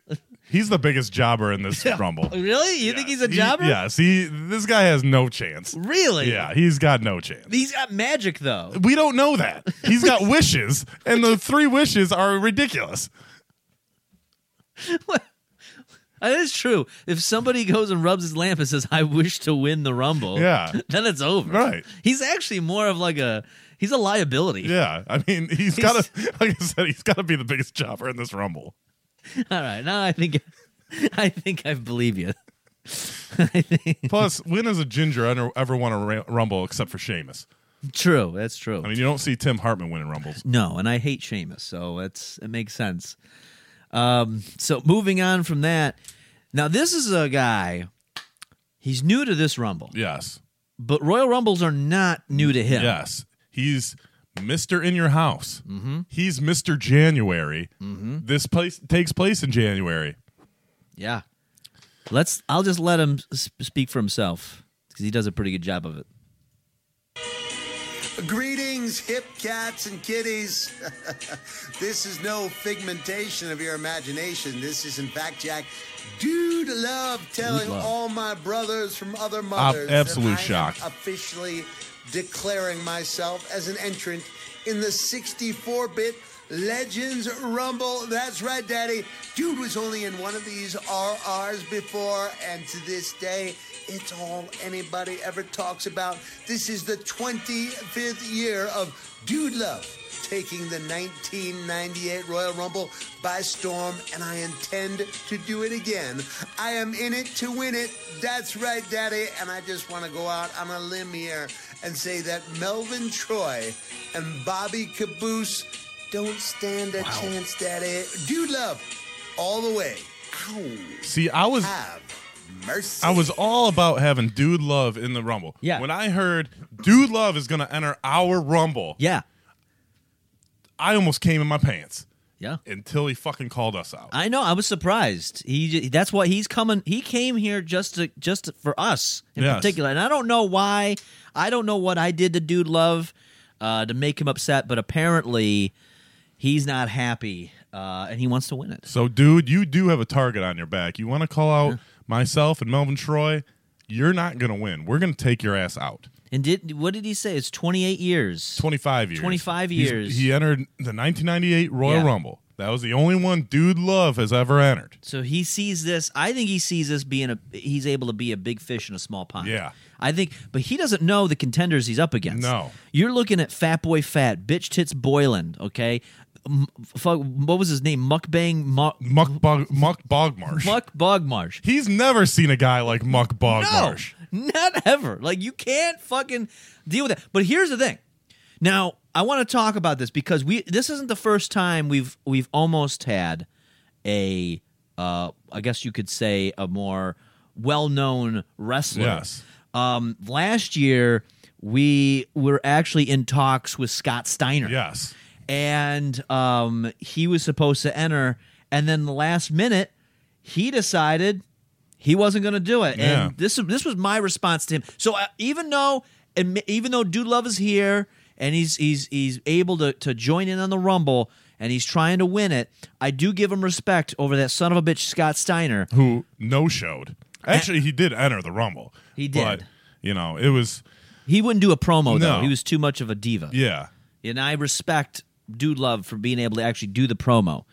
Speaker 3: He's the biggest jobber in this rumble.
Speaker 4: Really? You think he's a
Speaker 3: He-
Speaker 4: jobber?
Speaker 3: yes. He this guy has no chance.
Speaker 4: Really?
Speaker 3: Yeah, he's got no chance.
Speaker 4: He's got magic though.
Speaker 3: We don't know that. He's got wishes, and the three wishes are ridiculous.
Speaker 4: That is true. If somebody goes and rubs his lamp and says, "I wish to win the rumble,"
Speaker 3: Yeah.
Speaker 4: then it's over.
Speaker 3: Right.
Speaker 4: He's actually more of like a he's a liability.
Speaker 3: Yeah, I mean, he's got to, like I said, he's got to be the biggest jobber in this rumble.
Speaker 4: All right. Now I think I think I believe you. I think
Speaker 3: Plus, when has a ginger ever, ever won a ra- rumble except for Sheamus?
Speaker 4: true. That's true.
Speaker 3: I mean, you don't see Tim Hartman winning rumbles.
Speaker 4: no, and I hate Seamus, so Oh, it's it makes sense. Um. So moving on from that, now this is a guy. He's new to this rumble,
Speaker 3: Yes,
Speaker 4: but Royal Rumbles are not new to him.
Speaker 3: yes, he's Mister in your house. Mm-hmm. He's Mister January. Mm-hmm. This place takes place in January.
Speaker 4: Yeah. Let's. I'll just let him s- speak for himself because he does a pretty good job of it.
Speaker 12: Greetings, hip cats and kitties. this is no figmentation of your imagination. This is, in fact, Jack, dude love telling
Speaker 4: Dude Love.
Speaker 12: all my brothers from other mothers.
Speaker 3: absolute
Speaker 12: that I am
Speaker 3: shock.
Speaker 12: Officially declaring myself as an entrant in the 64 bit. Legends Rumble. That's right, Daddy. Dude was only in one of these RRs before, and to this day, it's all anybody ever talks about. This is the 25th year of Dude Love taking the 1998 Royal Rumble by storm, and I intend to do it again. I am in it to win it. That's right, Daddy. And I just want to go out on a limb here and say that Melvin Troy and Bobby Caboose don't stand a chance, Daddy. Dude Love, all the way. Ow.
Speaker 3: See, I was.
Speaker 12: Have mercy.
Speaker 3: I was all about having Dude Love in the Rumble.
Speaker 4: Yeah.
Speaker 3: When I heard Dude Love is going to enter our Rumble,
Speaker 4: Yeah.
Speaker 3: I almost came in my pants
Speaker 4: Yeah.
Speaker 3: until he fucking called us out.
Speaker 4: I know. I was surprised. He. j- That's why he's coming. He came here just to just for us in
Speaker 3: Yes.
Speaker 4: particular, and I don't know why. I don't know what I did to Dude Love uh, to make him upset, but apparently he's not happy uh, and he wants to win it.
Speaker 3: So, dude, you do have a target on your back. You want to call out myself and Melvin Troy? You're not going to win. We're going to take your ass out.
Speaker 4: And did what did he say? It's twenty eight years.
Speaker 3: 25 years.
Speaker 4: 25
Speaker 3: He's-
Speaker 4: years.
Speaker 3: he entered the 1998 Royal
Speaker 4: Yeah.
Speaker 3: Rumble. That was the only one Dude Love has ever entered.
Speaker 4: So he sees this. I think he sees this being a. He's able to be a big fish in a small pond.
Speaker 3: Yeah.
Speaker 4: I think, but he doesn't know the contenders he's up against.
Speaker 3: No.
Speaker 4: You're looking at Fat Boy Fat, Bitch Tits Boyland. Okay. M- fuck, what was his name? Muckbang Muck
Speaker 3: Muck, Bog, Muck Bogmarsh.
Speaker 4: Muck Bogmarsh.
Speaker 3: He's never seen a guy like Muck
Speaker 4: No,
Speaker 3: Bogmarsh.
Speaker 4: not ever. Like you can't fucking deal with that. But here's the thing. Now I want to talk about this because we this isn't the first time we've we've almost had a uh, I guess you could say a more well known wrestler.
Speaker 3: Yes.
Speaker 4: Um, last year we were actually in talks with Scott Steiner.
Speaker 3: Yes.
Speaker 4: and um, he was supposed to enter, and then the last minute, he decided he wasn't going to do it.
Speaker 3: Yeah.
Speaker 4: And this this was my response to him. So uh, even though and even though Dude Love is here and he's he's he's able to to join in on the Rumble and he's trying to win it, I do give him respect over that son of a bitch Scott Steiner
Speaker 3: who no showed. Actually, he did enter the Rumble.
Speaker 4: He
Speaker 3: But,
Speaker 4: did.
Speaker 3: you know, it was.
Speaker 4: He wouldn't do a promo though.
Speaker 3: No.
Speaker 4: He was too much of a diva.
Speaker 3: Yeah.
Speaker 4: And I respect Dude Love for being able to actually do the promo.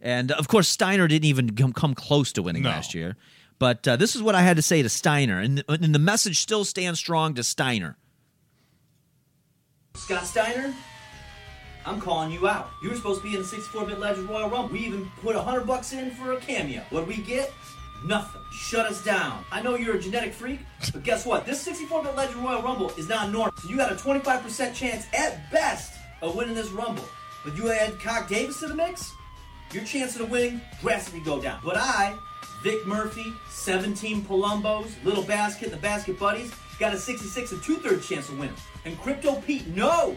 Speaker 4: And of course, Steiner didn't even come, come close to winning
Speaker 3: No.
Speaker 4: last year. But uh, this is what I had to say to Steiner, and, and the message still stands strong to Steiner.
Speaker 6: Scott Steiner, I'm calling you out. You were supposed to be in the 64-bit Legends Royal Rumble. We even put 100 bucks in for a cameo. What we get? Nothing. Shut us down. I know you're a genetic freak, but guess what? This 64-bit Legends Royal Rumble is not normal. So you got a 25% chance at best of winning this Rumble. But you add Cock Davis to the mix, your chances of winning drastically go down. But I, Vic Murphy, 17 Palumbos, Little Basket, the Basket Buddies, got a 66 and two-thirds chance of winning. And Crypto Pete knows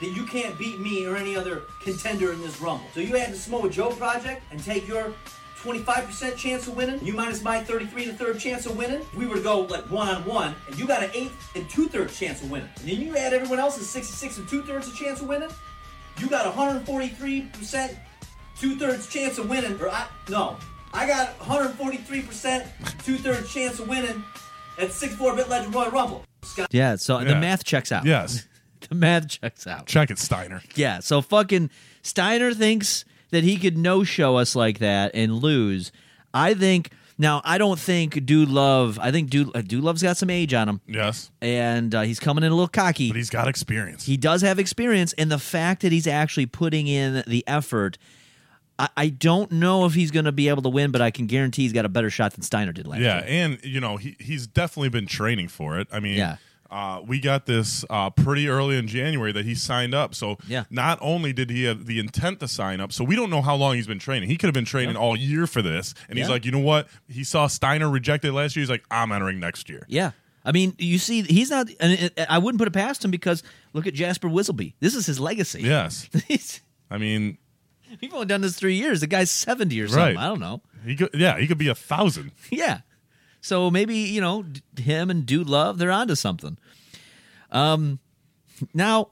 Speaker 6: that you can't beat me or any other contender in this rumble. So you add the Samoa Joe project and take your 25% chance of winning. You minus my 33 and a third chance of winning. If we were to go like one on one, and you got an eighth and two thirds chance of winning. And then you add everyone else's 66 and two thirds of chance of winning. You got 143% two thirds chance of winning. Or I no, I got 143% two thirds chance of winning at 64 bit legend Royal Rumble. Scott.
Speaker 4: Yeah, so
Speaker 3: Yeah.
Speaker 4: the math checks out.
Speaker 3: Yes.
Speaker 4: the math checks out.
Speaker 3: Check it, Steiner.
Speaker 4: Yeah, so fucking Steiner thinks that he could no show us like that and lose. I think now I don't think Dude Love. I think Dude uh, Dude Love's got some age on him.
Speaker 3: Yes.
Speaker 4: and uh, he's coming in a little cocky. But
Speaker 3: he's got experience.
Speaker 4: He does have experience, and the fact that he's actually putting in the effort. I- I don't know if he's going to be able to win, but I can guarantee he's got a better shot than Steiner did last
Speaker 3: yeah,
Speaker 4: year.
Speaker 3: and you know he he's definitely been training for it. I mean,
Speaker 4: Yeah.
Speaker 3: uh, we got this uh, pretty early in January that he signed up. So
Speaker 4: Yeah.
Speaker 3: not only did he have the intent to sign up, so we don't know how long he's been training. He could have been training
Speaker 4: Yeah.
Speaker 3: all year for this, and he's
Speaker 4: Yeah.
Speaker 3: like, you know what? He saw Steiner rejected last year. He's like, I'm entering next year.
Speaker 4: Yeah. I mean, you see, he's not, and it- I wouldn't put it past him because look at Jasper Wisselby. This is his legacy.
Speaker 3: Yes,
Speaker 4: He's-
Speaker 3: I mean,
Speaker 4: We've only done this three years. The guy's 70 or something.
Speaker 3: Right.
Speaker 4: I don't know.
Speaker 3: he could, yeah, he could be a thousand.
Speaker 4: Yeah. So maybe, you know, d- him and Dude Love, they're onto something. Um, now,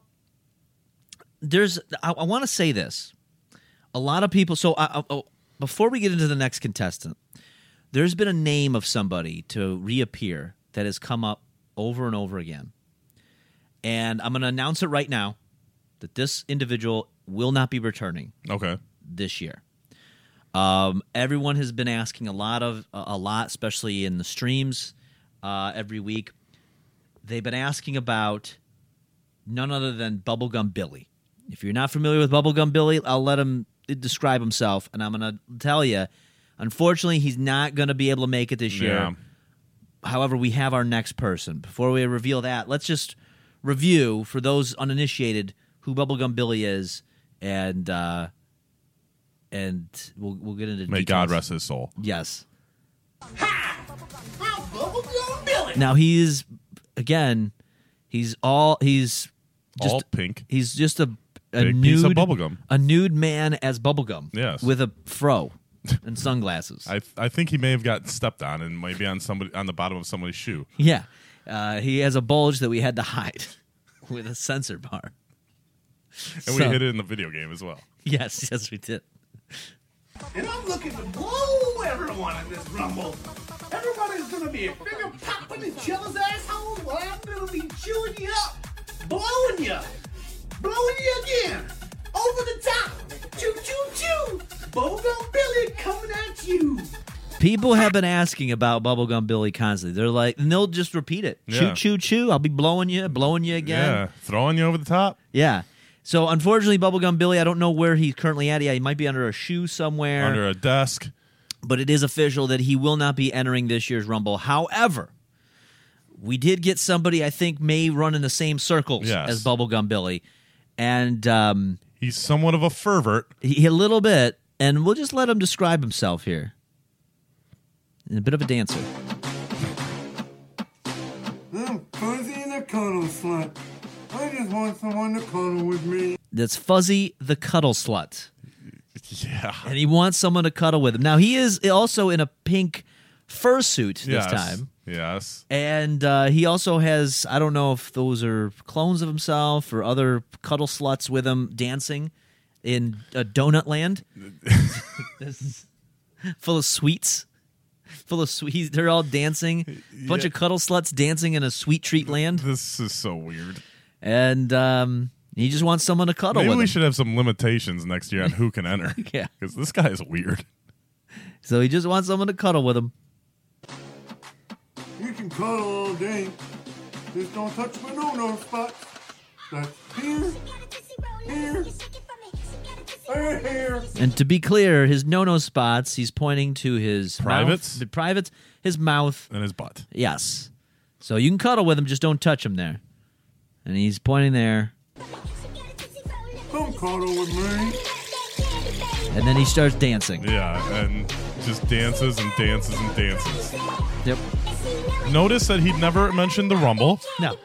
Speaker 4: there's, I, I want to say this. A lot of people, so I, I- oh, before we get into the next contestant, there's been a name of somebody to reappear that has come up over and over again. And I'm going to announce it right now that this individual will not be returning
Speaker 3: Okay,
Speaker 4: this year. Um, everyone has been asking a lot of a a lot, especially in the streams uh, every week. They've been asking about none other than Bubblegum Billy. If you're not familiar with Bubblegum Billy, I'll let him describe himself, and I'm going to tell you. Unfortunately, he's not going to be able to make it this year.
Speaker 3: Yeah.
Speaker 4: However, we have our next person. Before we reveal that, let's just review for those uninitiated who Bubblegum Billy is, and uh, and we'll we'll get into
Speaker 3: may
Speaker 4: details.
Speaker 3: God rest his soul.
Speaker 4: Yes.
Speaker 1: I'm Bubblegum Billy.
Speaker 4: Now he is again. He's all he's just,
Speaker 3: All pink.
Speaker 4: He's just a a
Speaker 3: Big
Speaker 4: nude
Speaker 3: piece of bubblegum.
Speaker 4: a nude man as bubblegum.
Speaker 3: Yes.
Speaker 4: with a fro and sunglasses.
Speaker 3: I I think he may have gotten stepped on and maybe on somebody on the bottom of somebody's shoe.
Speaker 4: yeah, uh, he has a bulge that we had to hide with a sensor bar.
Speaker 3: And we
Speaker 4: So-
Speaker 3: hit it in the video game as well.
Speaker 4: Yes, yes, we did.
Speaker 5: And I'm looking to blow everyone in this rumble. Everybody's gonna be a finger popping each other's asshole while I'm gonna be chewing you up, blowing you, blowing you again, over the top. Choo choo choo! Bogo Billy coming at you.
Speaker 4: People have been asking about Bubblegum Billy constantly. They're like, and they'll just repeat it.
Speaker 3: Yeah.
Speaker 4: Choo, choo, choo. I'll be blowing you, blowing you
Speaker 3: yeah,
Speaker 4: again.
Speaker 3: throwing you over the top.
Speaker 4: Yeah. So unfortunately, Bubblegum Billy, I don't know where he's currently at. Yeah, he might be under a shoe somewhere.
Speaker 3: under a desk.
Speaker 4: but it is official that he will not be entering this year's Rumble. However, we did get somebody I think may run in the same circles
Speaker 3: Yes.
Speaker 4: as Bubblegum Billy, and um,
Speaker 3: He's somewhat of a fervor.
Speaker 4: he, a little bit, and we'll just let him describe himself here. A bit of a dancer.
Speaker 5: I'm fuzzy in a cuddle slut. I just want someone to cuddle with me.
Speaker 4: That's Fuzzy the Cuddle Slut.
Speaker 3: Yeah.
Speaker 4: And he wants someone to cuddle with him. Now, he is also in a pink fursuit this
Speaker 3: Yes.
Speaker 4: time.
Speaker 3: Yes.
Speaker 4: And uh, he also has, I don't know if those are clones of himself or other cuddle sluts with him dancing in uh, Donut Land. This is full of sweets. Full of sweets. They're all dancing. Bunch of cuddle sluts dancing in a sweet treat land.
Speaker 3: This is so weird.
Speaker 4: And um, he just wants someone to cuddle
Speaker 3: Maybe
Speaker 4: with
Speaker 3: we
Speaker 4: him.
Speaker 3: should have some limitations next year on who can enter.
Speaker 4: Yeah.
Speaker 3: Because this guy is weird.
Speaker 4: So he just wants someone to cuddle with him.
Speaker 5: You can cuddle all day. Just don't touch my no-no spot. That's here, here, right here.
Speaker 4: And to be clear, his no-no spots, he's pointing to his mouth-
Speaker 3: Privates?
Speaker 4: the privates, his mouth,
Speaker 3: and his butt.
Speaker 4: Yes. So you can cuddle with him, just don't touch him there. And he's pointing there,
Speaker 5: Come cuddle with me.
Speaker 4: and then he starts dancing.
Speaker 3: Yeah, and just dances and dances and dances.
Speaker 4: Yep.
Speaker 3: Notice that he never mentioned the rumble.
Speaker 4: No.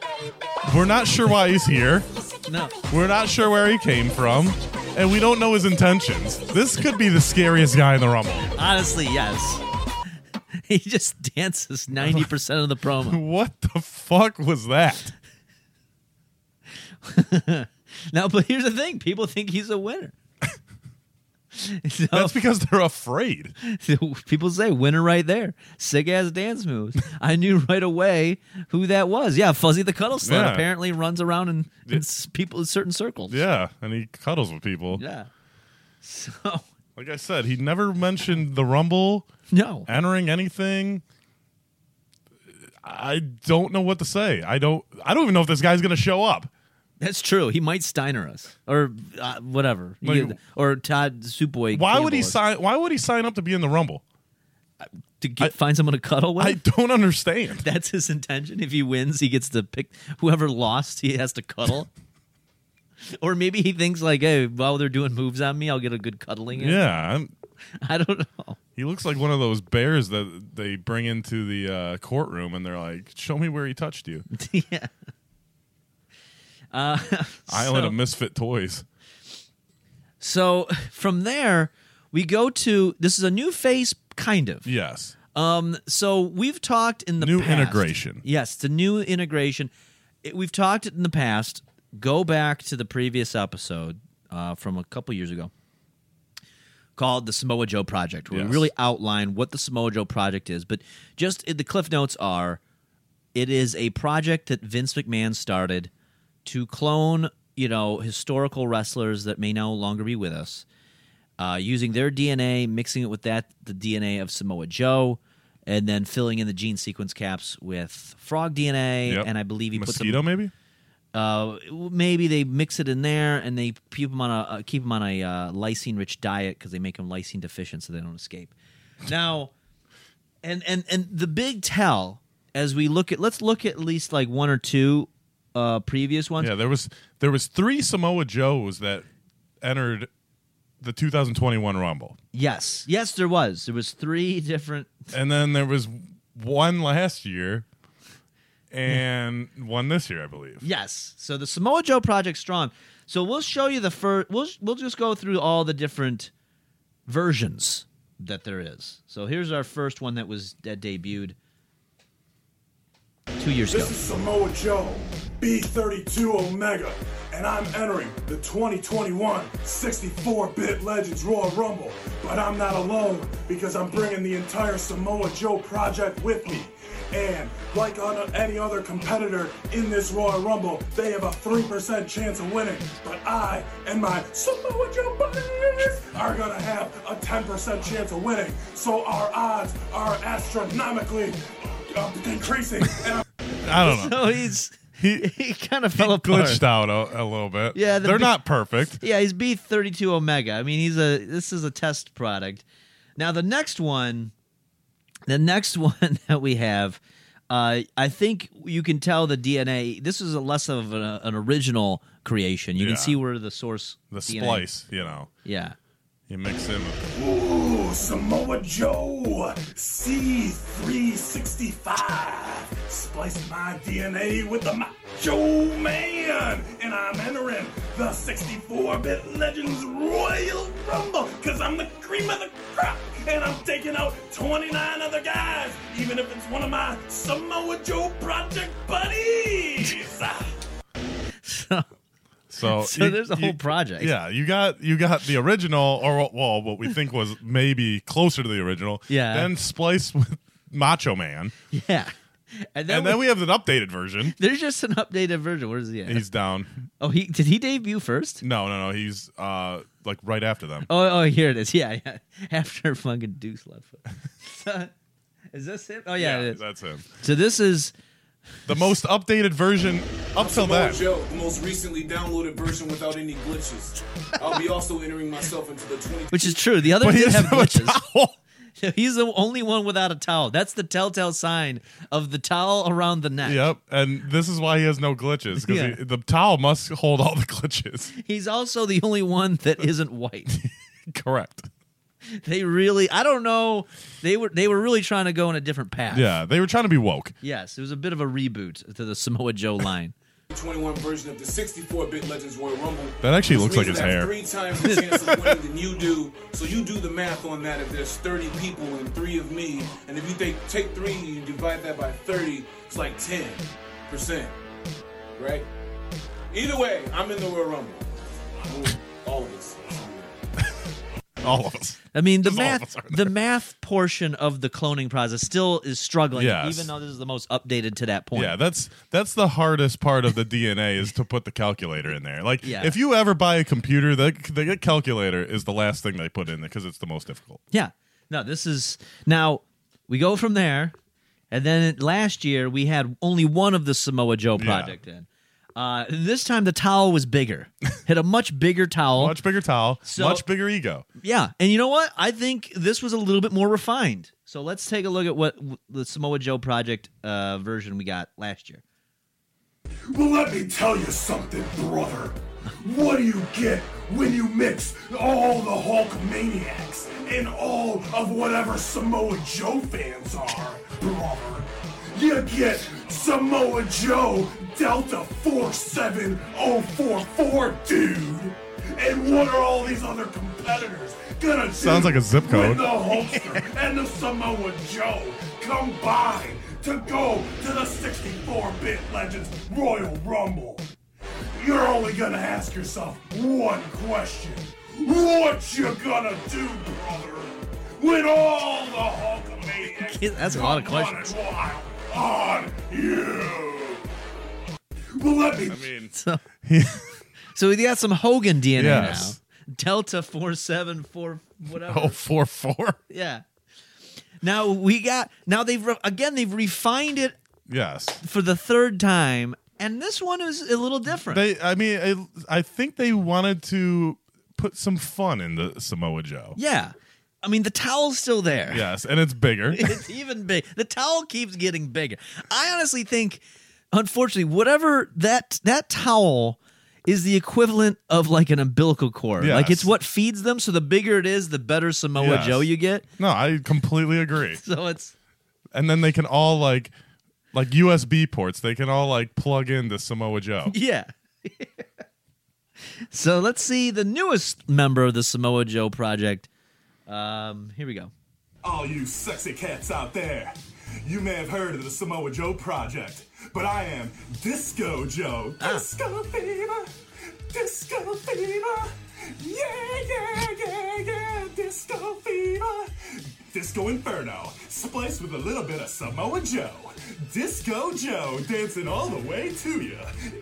Speaker 3: We're not sure why he's here.
Speaker 4: No.
Speaker 3: We're not sure where he came from. And we don't know his intentions. This could be the scariest guy in the rumble.
Speaker 4: Honestly, yes. He just dances 90% of the promo.
Speaker 3: What the fuck was that?
Speaker 4: now, but here's the thing people think he's a winner.
Speaker 3: That's because they're afraid.
Speaker 4: People say winner right there. Sick ass dance moves. I knew right away who that was. Yeah, Fuzzy the Cuddle Slut
Speaker 3: Yeah.
Speaker 4: apparently runs around in, in s- people in certain circles.
Speaker 3: Yeah, and he cuddles with people.
Speaker 4: Yeah. So
Speaker 3: Like I said, he never mentioned the rumble.
Speaker 4: No.
Speaker 3: Entering anything. I don't know what to say. I don't I don't even know if this guy's gonna show up.
Speaker 4: That's true. He might Steiner us or uh, whatever, You
Speaker 3: Like-
Speaker 4: get- or Todd Superboy.
Speaker 3: Why would
Speaker 4: Campbell
Speaker 3: he
Speaker 4: us
Speaker 3: sign why would he sign up to be in the rumble?
Speaker 4: to get, find someone to cuddle with?
Speaker 3: I don't understand.
Speaker 4: That's his intention. If he wins, he gets to pick whoever lost. He has to cuddle. or maybe he thinks like, hey, while they're doing moves on me, I'll get a good cuddling. in.
Speaker 3: Yeah. I'm,
Speaker 4: I don't know.
Speaker 3: He looks like one of those bears that they bring into the uh, courtroom and they're like, show me where he touched you.
Speaker 4: yeah. Uh,
Speaker 3: Island
Speaker 4: so-
Speaker 3: of Misfit Toys.
Speaker 4: So from there, we go to this is a new phase, kind of.
Speaker 3: Yes.
Speaker 4: Um. So we've talked in the
Speaker 3: New
Speaker 4: past-
Speaker 3: integration.
Speaker 4: Yes, the new integration. It- we've talked in the past. Go back to the previous episode uh, from a couple years ago, called the Samoa Joe Project, where we
Speaker 3: Yes.
Speaker 4: really outline what the Samoa Joe Project is. But just the cliff notes are: it is a project that Vince McMahon started to clone, you know, historical wrestlers that may no longer be with us, uh, using their DNA, mixing it with that the DNA of Samoa Joe, and then filling in the gene sequence caps with frog DNA,
Speaker 3: Yep.
Speaker 4: and I believe he puts
Speaker 3: Mosquito,
Speaker 4: them,
Speaker 3: maybe?
Speaker 4: Uh, maybe they mix it in there and they keep them on a uh, keep 'em on a uh, lysine rich diet because they make them lysine deficient so they don't escape. Now, and and and the big tell as we look at let's look at least like one or two uh, previous ones.
Speaker 3: Yeah, there was there was three Samoa Joes that entered the 2021 Rumble.
Speaker 4: Yes, yes, there was. There was three different.
Speaker 3: And then there was one last year and one this year, I believe.
Speaker 4: Yes, so the Samoa Joe Project Strong. So we'll show you the first. We'll we'll just go through all the different versions that there is. So here's our first one that was that debuted two years ago.
Speaker 5: This is Samoa Joe, B32 Omega, and I'm entering the 2021 64-bit Legends Royal Rumble. But I'm not alone because I'm bringing the entire Samoa Joe project with me. And like on any other competitor in this Royal Rumble, they have a 3% chance of winning. But I and my Samoa Joe buddies are gonna have a 10% chance of winning. So our odds are astronomically uh, decreasing. And I'm
Speaker 3: I don't know.
Speaker 4: So he's
Speaker 3: he,
Speaker 4: he kind of fell apart.
Speaker 3: Glitched out uh, a, a little bit.
Speaker 4: Yeah, the
Speaker 3: they're
Speaker 4: big-
Speaker 3: not perfect.
Speaker 4: Yeah, he's B thirty two Omega. I mean, he's a this is a test product. Now the next one, the next one that we have, uh, I think you can tell the DNA. This is a less of an, an original creation. You
Speaker 3: Yeah.
Speaker 4: can see where the source
Speaker 3: The
Speaker 4: DNA
Speaker 3: splice, you know.
Speaker 4: Yeah,
Speaker 3: You mix him up.
Speaker 5: Ooh, Samoa Joe, C365. Splice my DNA with the Macho Man, and I'm entering the 64-bit Legends Royal Rumble, cause I'm the cream of the crop, and I'm taking out 29 other guys, even if it's one of my Samoa Joe Project buddies.
Speaker 4: So,
Speaker 3: So,
Speaker 4: So there's a whole project.
Speaker 3: Yeah, you got you got the original, or well, what we think was maybe closer to the original.
Speaker 4: Yeah.
Speaker 3: Then splice with Macho Man,
Speaker 4: yeah. And
Speaker 3: and then we have an updated version.
Speaker 4: There's just an updated version. Where's the
Speaker 3: He's down.
Speaker 4: Oh, he did he debut first?
Speaker 3: No, no, no. He's uh like right after them.
Speaker 4: Oh, oh, here it is. Yeah, yeah. After fucking Deuce left foot. is this it? Oh yeah, it is.
Speaker 3: that's him.
Speaker 4: So this is
Speaker 3: the most updated version up till
Speaker 2: Samoa
Speaker 3: then.
Speaker 2: Joe, the most recently downloaded version without any glitches. I'll be also entering myself into the 20.
Speaker 4: Which is true. The others
Speaker 2: But he
Speaker 4: did have
Speaker 2: doesn't have a
Speaker 4: glitches. He's the only one without a towel. That's the telltale sign of the towel around the neck.
Speaker 3: Yep, and this is why he has no glitches because
Speaker 4: Yeah.
Speaker 3: the towel must hold all the glitches.
Speaker 4: He's also the only one that isn't white.
Speaker 3: Correct.
Speaker 4: They really I don't know. They were they were really trying to go in a different path.
Speaker 3: Yeah, they were trying to be woke.
Speaker 4: Yes, it was a bit of a reboot to the Samoa Joe line.
Speaker 2: 21 version of the 64-bit Legends Royal Rumble.
Speaker 3: That actually
Speaker 2: which
Speaker 3: looks like
Speaker 2: means
Speaker 3: his
Speaker 2: I have
Speaker 3: hair.
Speaker 2: Three times the chance of winning than you do. So you do the math on that. If there's 30 people and three of me, and if you take take three and you divide that by 30, it's like 10 percent, right? Either way, I'm in the Royal Rumble. Ooh, All of us.
Speaker 3: All of us.
Speaker 4: I mean the
Speaker 2: Just all of us
Speaker 4: math
Speaker 2: are
Speaker 4: the math portion of the cloning process still is struggling,
Speaker 3: Yes.
Speaker 4: even though this is the most updated to that point.
Speaker 3: Yeah, that's that's the hardest part of the DNA is to put the calculator in there. Like,
Speaker 4: Yeah.
Speaker 3: if you ever buy a computer, the, the calculator is the last thing they put in there because it's the most difficult.
Speaker 4: Yeah. No, this is now we go from there, and then last year we had only one of the Samoa Joe
Speaker 3: Yeah.
Speaker 4: project in. Uh, this time the towel was bigger. Had a much bigger towel. Much
Speaker 3: bigger towel. much bigger ego.
Speaker 4: Yeah, and you know what? I think this was a little bit more refined. So let's take a look at what w- the Samoa Joe project uh, version we got last year.
Speaker 5: Well, let me tell you something, brother. What do you get when you mix all the Hulkamaniacs and all of whatever Samoa Joe fans are, brother? You get Samoa Joe Delta 47044, dude. And what are all these other competitors gonna do?
Speaker 3: Sounds like a zip
Speaker 5: When
Speaker 3: code.
Speaker 5: the Hulkster and the Samoa Joe combine to go to the 64-bit Legends Royal Rumble. You're only gonna ask yourself one question. What you gonna do, brother? When all the Hulkamaniacs
Speaker 4: That's a lot of
Speaker 5: come running
Speaker 4: questions.
Speaker 5: wild on you. Well, let me.
Speaker 4: So, so we got some Hogan DNA
Speaker 3: Yes.
Speaker 4: now. Delta four seven four whatever.
Speaker 3: Oh, four four.
Speaker 4: Yeah. Now we got now they've re- again they've refined it
Speaker 3: Yes.
Speaker 4: for the third time, and this one is a little different.
Speaker 3: They, I mean, I, I think they wanted to put some fun into Samoa Joe.
Speaker 4: yeah, I mean the towel's still there.
Speaker 3: Yes, and it's bigger.
Speaker 4: it's even big. The towel keeps getting bigger. I honestly think, unfortunately, whatever that that towel is the equivalent of like an umbilical cord. Like
Speaker 3: Yes.
Speaker 4: it's what feeds them. So the bigger it is, the better Samoa
Speaker 3: Yes.
Speaker 4: Joe you get.
Speaker 3: No, I completely agree.
Speaker 4: So it's
Speaker 3: and then they can all like like USB ports. They can all like plug into Samoa Joe.
Speaker 4: Yeah. so let's see the newest member of the Samoa Joe project. Um, here we go.
Speaker 5: All you sexy cats out there, you may have heard of the Samoa Joe Project, but I am Disco Joe. Disco fever, disco fever, yeah, yeah, yeah, yeah, disco fever. Disco Inferno, spliced with a little bit of Samoa Joe. Disco Joe, dancing all the way to you.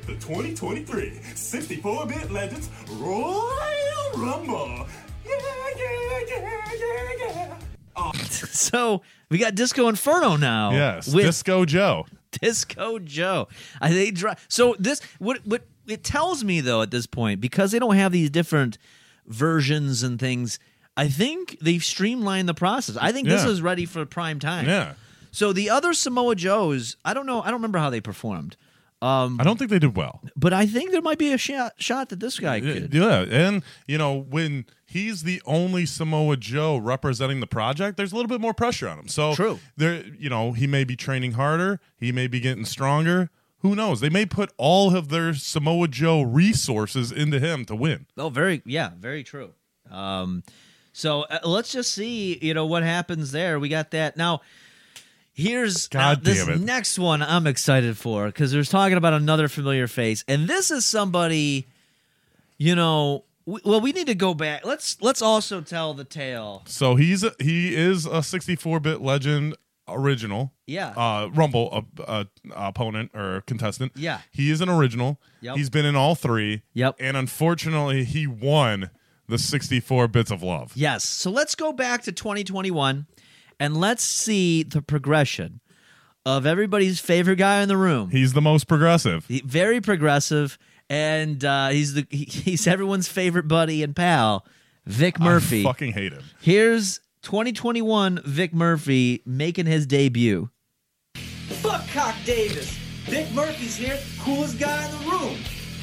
Speaker 5: The 2023 64-bit Legends Royal Rumble. Yeah, yeah, yeah, yeah, yeah.
Speaker 4: so we got Disco Inferno now.
Speaker 3: Yes,
Speaker 4: with
Speaker 3: Disco Joe.
Speaker 4: Disco Joe. I they dry, so this what what it tells me though at this point because they don't have these different versions and things. I think they've streamlined the process. I think this
Speaker 3: Yeah.
Speaker 4: is ready for prime time.
Speaker 3: Yeah.
Speaker 4: So the other Samoa Joes, I don't know. I don't remember how they performed. Um,
Speaker 3: I don't think they did well.
Speaker 4: But I think there might be a shot, shot that this guy
Speaker 3: Y-
Speaker 4: could.
Speaker 3: Yeah, and you know when he's the only Samoa Joe representing the project, there's a little bit more pressure on him. So true. There, you know, he may be training harder. He may be getting stronger. Who knows? They may put all of their Samoa Joe resources into him to win.
Speaker 4: Oh, very yeah, very true. Um, so uh, let's just see, you know, what happens there. We got that now. Here's now,
Speaker 3: God
Speaker 4: this
Speaker 3: damn it.
Speaker 4: next one I'm excited for because there's talking about another familiar face, and this is somebody, you know. We, well, we need to go back. Let's let's also tell the tale.
Speaker 3: So he's a, he is a 64-bit legend original.
Speaker 4: Yeah.
Speaker 3: Uh, Rumble uh, uh, opponent or contestant.
Speaker 4: Yeah.
Speaker 3: He is an original.
Speaker 4: Yep.
Speaker 3: He's been in all three.
Speaker 4: Yep.
Speaker 3: And unfortunately, he won the 64 bits of love.
Speaker 4: Yes. So let's go back to 2021 and let's see the progression of everybody's favorite guy in the room.
Speaker 3: He's the most progressive.
Speaker 4: He- very progressive, and uh, he's the he, he's everyone's favorite buddy and pal, Vic Murphy.
Speaker 3: I fucking hate him.
Speaker 4: Here's 2021 Vic Murphy making his debut.
Speaker 6: Fuck Cock Davis. Vic Murphy's here, coolest guy in the room.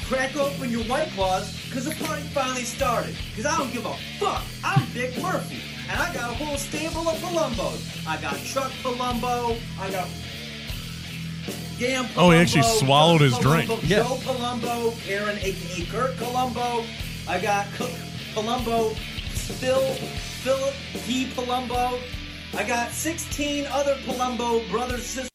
Speaker 6: Crack open your white claws, cause the party finally started. Cause I don't give a fuck. I'm Vic Murphy, and I got a whole stable of Palumbos. I got Chuck Palumbo, I got Damn
Speaker 3: Oh, he actually
Speaker 6: Palumbo,
Speaker 3: swallowed
Speaker 6: Doug
Speaker 3: his drink.
Speaker 6: Palumbo,
Speaker 3: Yeah.
Speaker 6: Joe Palumbo, Aaron aka Kirk Palumbo. I got C- Palumbo, Phil, Philip P. Palumbo. I got 16 other Palumbo brothers, sisters.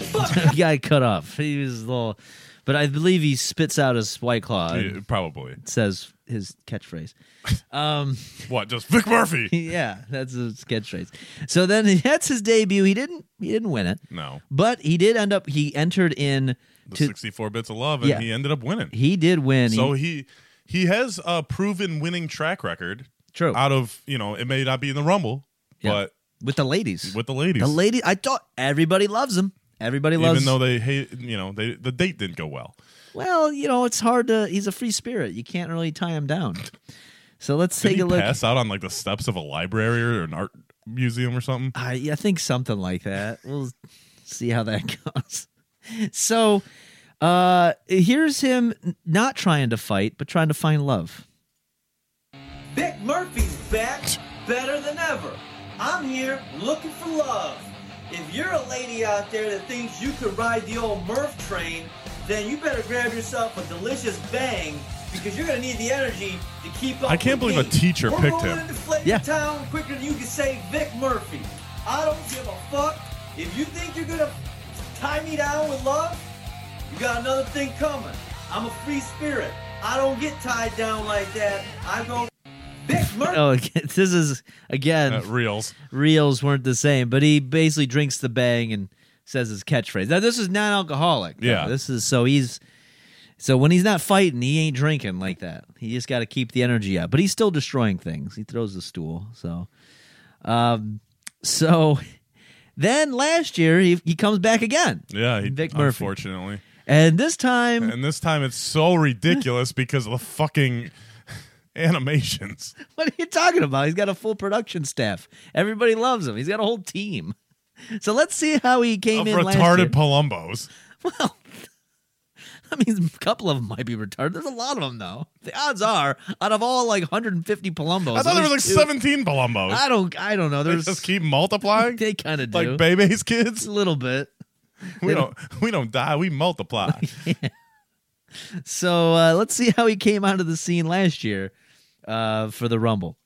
Speaker 4: the guy cut off. He was a little, but I believe he spits out his white claw. and
Speaker 3: Yeah, probably
Speaker 4: says his catchphrase. Um,
Speaker 3: what? Just Vic Murphy.
Speaker 4: yeah, that's his catchphrase. So then he- that's his debut. He didn't. He didn't win it.
Speaker 3: No.
Speaker 4: but he did end up. He entered in
Speaker 3: The
Speaker 4: to
Speaker 3: 64 bits of love, and
Speaker 4: Yeah.
Speaker 3: he ended up winning.
Speaker 4: He did win.
Speaker 3: So
Speaker 4: He-
Speaker 3: he he has a proven winning track record.
Speaker 4: True.
Speaker 3: Out of you know, it may not be in the Rumble,
Speaker 4: Yeah.
Speaker 3: but
Speaker 4: with the ladies,
Speaker 3: with the ladies,
Speaker 4: the lady. I thought everybody loves him. Everybody
Speaker 3: even
Speaker 4: loves.
Speaker 3: though they hate, you know, they the date didn't go well.
Speaker 4: well, you know, it's hard to. He's a free spirit. You can't really tie him down. So let's
Speaker 3: Did
Speaker 4: take
Speaker 3: he
Speaker 4: a look.
Speaker 3: pass out on like the steps of a library or an art museum or something?
Speaker 4: I, I think something like that. We'll see how that goes. So uh here's him n- not trying to fight, but trying to find love.
Speaker 6: Vic Murphy's back better than ever. I'm here looking for love. If you're a lady out there that thinks you could ride the old Murph train, then you better grab yourself a delicious bang because you're gonna need the energy to keep up.
Speaker 3: I can't
Speaker 6: with
Speaker 3: believe a
Speaker 6: me.
Speaker 3: teacher
Speaker 6: We're
Speaker 3: picked
Speaker 6: rolling
Speaker 3: him.
Speaker 6: into Flavor
Speaker 3: Yeah.
Speaker 6: Town quicker than you can say Vic Murphy. I don't give a fuck if you think you're gonna tie me down with love. You got another thing coming. I'm a free spirit. I don't get tied down like that. I go. Vic Murphy.
Speaker 4: Oh, this is again
Speaker 3: Uh, reels.
Speaker 4: Reels weren't the same, but he basically drinks the bang and says his catchphrase. Now this is non-alcoholic. though.
Speaker 3: Yeah.
Speaker 4: This is so he's so when he's not fighting, he ain't drinking like that. He just got to keep the energy up, but he's still destroying things. He throws the stool. So, um, so then last year he he comes back again.
Speaker 3: Yeah, he,
Speaker 4: Vic Murphy.
Speaker 3: unfortunately.
Speaker 4: And this time,
Speaker 3: And this time it's so ridiculous because of the fucking animations.
Speaker 4: what are you talking about? He's got a full production staff. Everybody loves him. He's got a whole team. So let's see how he came
Speaker 3: of
Speaker 4: in last year.
Speaker 3: retarded Palumbos.
Speaker 4: I mean, a couple of them might be retarded. There's a lot of them, though. The odds are, out of all like 150 Palumbos,
Speaker 3: I thought
Speaker 4: at
Speaker 3: there were like
Speaker 4: least two-
Speaker 3: 17 Palumbos.
Speaker 4: I don't, I don't know.
Speaker 3: They
Speaker 4: There's
Speaker 3: just keep multiplying?
Speaker 4: they kind of do.
Speaker 3: like Bebe's kids?
Speaker 4: a little bit.
Speaker 3: We
Speaker 4: They don't-
Speaker 3: don't, we don't die, we multiply.
Speaker 4: So uh, let's see how he came onto the scene last year uh, for the Rumble.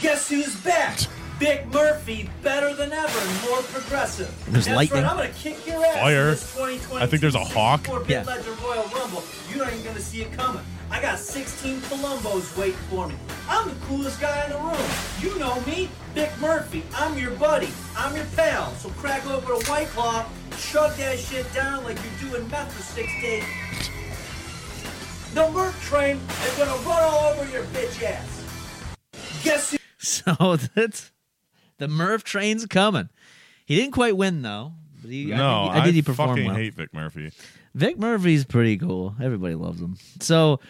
Speaker 6: Guess who's back? Vic Murphy, better than ever, and more progressive.
Speaker 4: There's
Speaker 6: That's
Speaker 4: lightning.
Speaker 6: Right, I'm gonna kick your ass.
Speaker 3: Fire.
Speaker 6: In this 2022
Speaker 3: I think there's a hawk.
Speaker 6: 64-bit
Speaker 3: Yeah.
Speaker 6: Legend Royal Rumble. You're not even gonna see it coming. I got 16 Columbos waiting for me. I'm the coolest guy in the room. You know me, Vic Murphy. I'm your buddy. I'm your pal. So crack open a white claw, chug that shit down like you're doing meth for six days. The Merc train is gonna run all over your bitch ass. Guess who?
Speaker 4: So that's the Merv train's coming. He didn't quite win though. But he,
Speaker 3: no,
Speaker 4: I, think he, I did. He performed
Speaker 3: fucking
Speaker 4: well.
Speaker 3: hate Vic Murphy.
Speaker 4: Vic Murphy's pretty cool. Everybody loves him. So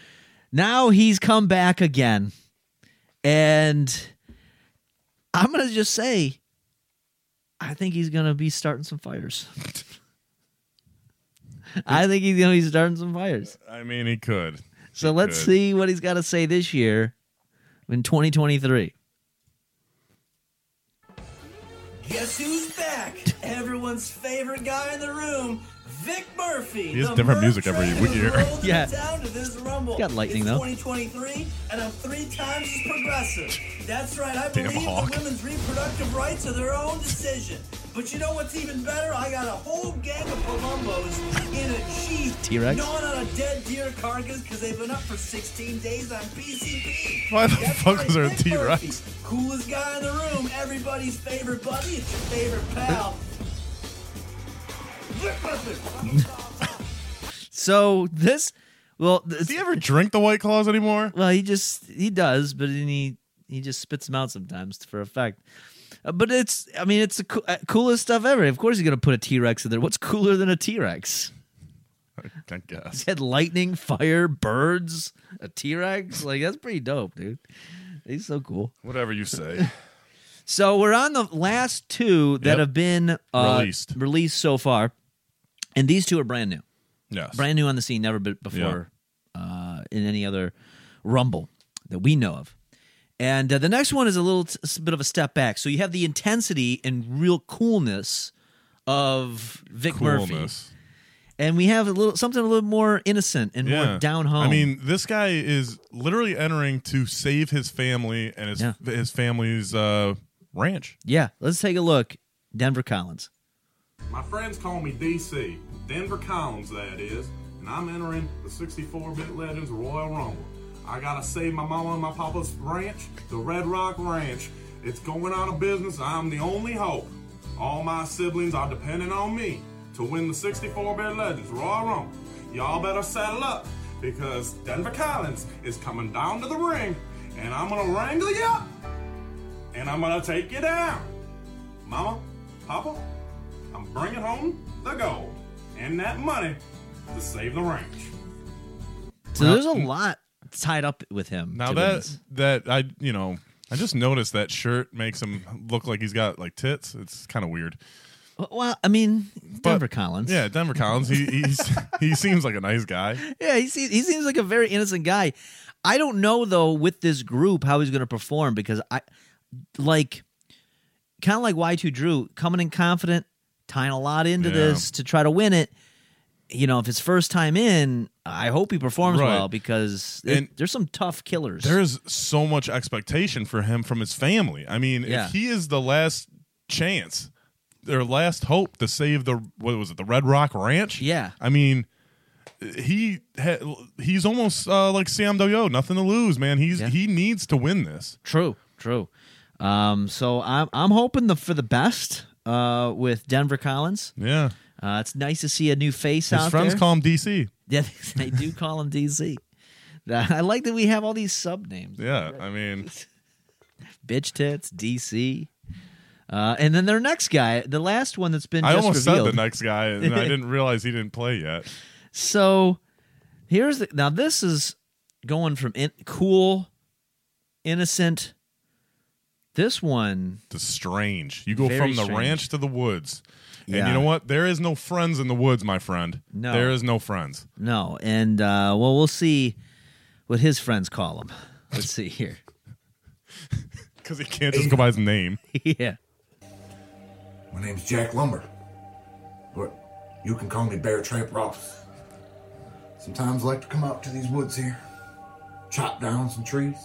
Speaker 4: now he's come back again. And I'm going to just say, I think he's going to be starting some fires. I think he's gonna be starting some fires.
Speaker 3: I mean, he could.
Speaker 4: So let's
Speaker 3: could.
Speaker 4: see what he's got to say this year in 2023.
Speaker 6: Guess who's back? Everyone's favorite guy in the room, Vic Murphy.
Speaker 3: He has
Speaker 6: the
Speaker 3: different
Speaker 6: Murph
Speaker 3: music every
Speaker 6: train
Speaker 3: week year.
Speaker 6: rolls
Speaker 4: Yeah.
Speaker 6: Down to this rumble.
Speaker 4: Got lightning,
Speaker 6: it's
Speaker 4: though.
Speaker 6: 2023, and I'm three times as progressive. That's right. I
Speaker 4: Damn
Speaker 6: believe
Speaker 4: hawk.
Speaker 6: the women's reproductive rights are their own decision. But you know what's even better? I got a whole gang of Palumbos in a sheath,
Speaker 4: T-Rex?
Speaker 6: gnawing on a dead deer carcass because they've been up for 16 days on PCP.
Speaker 3: Why the
Speaker 6: That's
Speaker 3: fuck
Speaker 6: right,
Speaker 3: is there a
Speaker 6: Vic
Speaker 3: T
Speaker 6: Murphy.
Speaker 3: Rex?
Speaker 6: Coolest guy in the room, everybody's favorite buddy, it's your favorite pal. Vic Murphy.
Speaker 4: So this, well, does
Speaker 3: he ever drink the White Claws anymore?
Speaker 4: Well, he just he does, but then he he just spits them out sometimes for effect. Uh, but it's I mean it's the coo- uh, coolest stuff ever. Of course, he's gonna put a T Rex in there. What's cooler than a T Rex?
Speaker 3: I guess.
Speaker 4: He's had lightning, fire, birds, a T Rex. Like that's pretty dope, dude. He's so cool.
Speaker 3: Whatever you say.
Speaker 4: So we're on the last two that
Speaker 3: Yep.
Speaker 4: have been uh,
Speaker 3: Released.
Speaker 4: released so far, and these two are brand new.
Speaker 3: Yes.
Speaker 4: brand new on the scene, never been before uh, in any other Rumble that we know of. And uh, the next one is a little t- s- bit of a step back. So you have the intensity and real coolness of Vic Murphy,
Speaker 3: Coolness.
Speaker 4: and we have a little something a little more innocent and more down home.
Speaker 3: I mean, this guy is literally entering to save his family and his his family's uh, ranch.
Speaker 4: yeah. Let's take a look. Denver Collins.
Speaker 13: My friends call me DC, Denver Collins, that is, and I'm entering the 64 bit Legends Royal Rumble. I gotta save my mama and my papa's ranch, the Red Rock Ranch. It's going out of business, I'm the only hope. All my siblings are depending on me to win the 64 bit Legends Royal Rumble. Y'all better saddle up because Denver Collins is coming down to the ring, and I'm gonna wrangle you up and I'm gonna take you down. Mama, Papa, I'm bringing home the gold and that money to save the ranch.
Speaker 4: So there's a lot tied up with him.
Speaker 3: Now
Speaker 4: to
Speaker 3: that
Speaker 4: this.
Speaker 3: that I you know I just noticed that shirt makes him look like he's got like tits. It's kind of weird.
Speaker 4: well, I mean, Denver Collins.
Speaker 3: Yeah, Denver Collins. He he's, he seems like a nice guy.
Speaker 4: Yeah, he seems, he seems like a very innocent guy. I don't know though with this group how he's going to perform because I like kind of like Y2 Drew coming in confident, tying a lot into
Speaker 3: Yeah.
Speaker 4: this to try to win it. You know, if it's first time in, I hope he performs
Speaker 3: Right.
Speaker 4: well because it-
Speaker 3: And-
Speaker 4: there's some tough killers.
Speaker 3: There is so much expectation for him from his family. I mean,
Speaker 4: Yeah.
Speaker 3: if he is the last chance, their last hope to save the what was it, the Red Rock Ranch?
Speaker 4: Yeah.
Speaker 3: I mean, he ha- he's almost uh, like Sam Doyo, nothing to lose, man. He's he needs to win this.
Speaker 4: True, true. Um, so I'm I'm hoping the for the best uh, with Denver Collins.
Speaker 3: Yeah,
Speaker 4: uh, it's nice to see a new face
Speaker 3: His
Speaker 4: out
Speaker 3: friends
Speaker 4: there.
Speaker 3: call him DC.
Speaker 4: Yeah, they do call him DZ. I like that we have all these sub names.
Speaker 3: Yeah, I mean,
Speaker 4: bitch tits, DC. Uh, and then their next guy, the last one that's been
Speaker 3: I
Speaker 4: just
Speaker 3: almost
Speaker 4: revealed.
Speaker 3: said the next guy, and I didn't realize he didn't play yet.
Speaker 4: So here's the now this is going from in, cool, innocent. This one
Speaker 3: to strange. You go
Speaker 4: Very
Speaker 3: from the
Speaker 4: strange.
Speaker 3: ranch to the woods, and
Speaker 4: Yeah.
Speaker 3: you know what? There is no friends in the woods, my friend.
Speaker 4: No.
Speaker 3: there is no friends.
Speaker 4: No, and uh, well, we'll see what his friends call him. Let's see here.
Speaker 3: Because he can't just go by his name.
Speaker 4: yeah.
Speaker 14: My name's Jack Lumber. But you can call me Bear Tramp Ross. Sometimes I like to come out to these woods here, chop down some trees,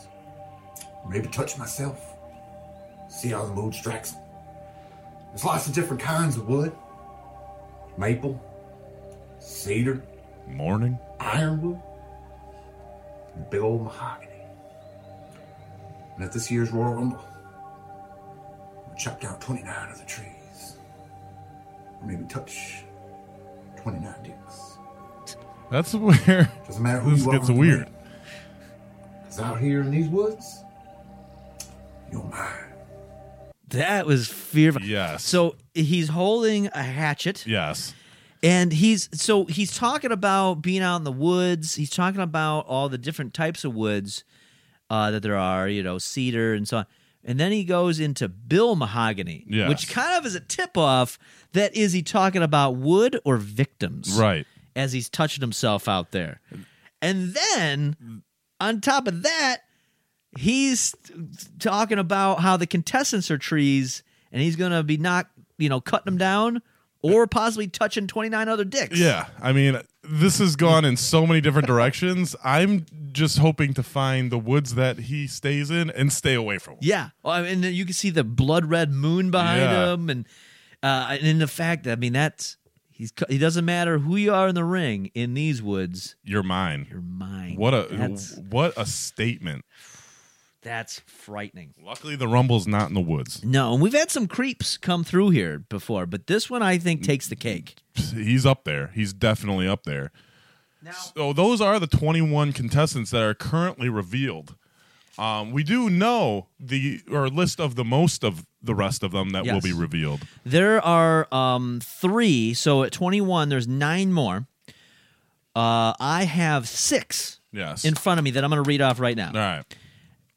Speaker 14: maybe touch myself, see how the mood strikes. me. There's lots of different kinds of wood maple, cedar,
Speaker 3: morning,
Speaker 14: ironwood, and big old mahogany. And at this year's Royal Rumble, I chopped down 29 of the trees or maybe touch 29 dicks.
Speaker 3: That's where
Speaker 14: Doesn't matter who
Speaker 3: this
Speaker 14: you
Speaker 3: gets
Speaker 14: are.
Speaker 3: weird.
Speaker 14: Because out here in these woods, you're mine.
Speaker 4: That was fearful.
Speaker 3: Yes.
Speaker 4: So he's holding a hatchet.
Speaker 3: Yes.
Speaker 4: And he's so he's talking about being out in the woods. He's talking about all the different types of woods uh, that there are, you know, cedar and so on. And then he goes into bill mahogany,
Speaker 3: Yes.
Speaker 4: which kind of is a tip off that is he talking about wood or victims?
Speaker 3: Right.
Speaker 4: as he's touching himself out there. And then on top of that, he's talking about how the contestants are trees and he's going to be not, you know, cutting them down or possibly touching 29 other dicks.
Speaker 3: Yeah, I mean, this has gone in so many different directions. I'm just hoping to find the woods that he stays in and stay away from.
Speaker 4: Yeah, Well, I mean, and then you can see the blood red moon behind
Speaker 3: Yeah.
Speaker 4: him, and uh, and in the fact that I mean that's he's cu- it doesn't matter who you are in the ring in these woods,
Speaker 3: you're mine.
Speaker 4: You're mine.
Speaker 3: What a
Speaker 4: that's,
Speaker 3: what a statement.
Speaker 4: that's frightening.
Speaker 3: Luckily, the rumble's not in the woods.
Speaker 4: No, and we've had some creeps come through here before, but this one I think takes the cake.
Speaker 3: He's up there. He's definitely up there. so those are the 21 contestants that are currently revealed. Um, we do know the or list of the most of the rest of them that will
Speaker 4: Yes.
Speaker 3: be revealed.
Speaker 4: There are um, three, so at twenty one, there's nine more. Uh, I have six
Speaker 3: Yes.
Speaker 4: in front of me that I'm going to read off right now. All
Speaker 3: right.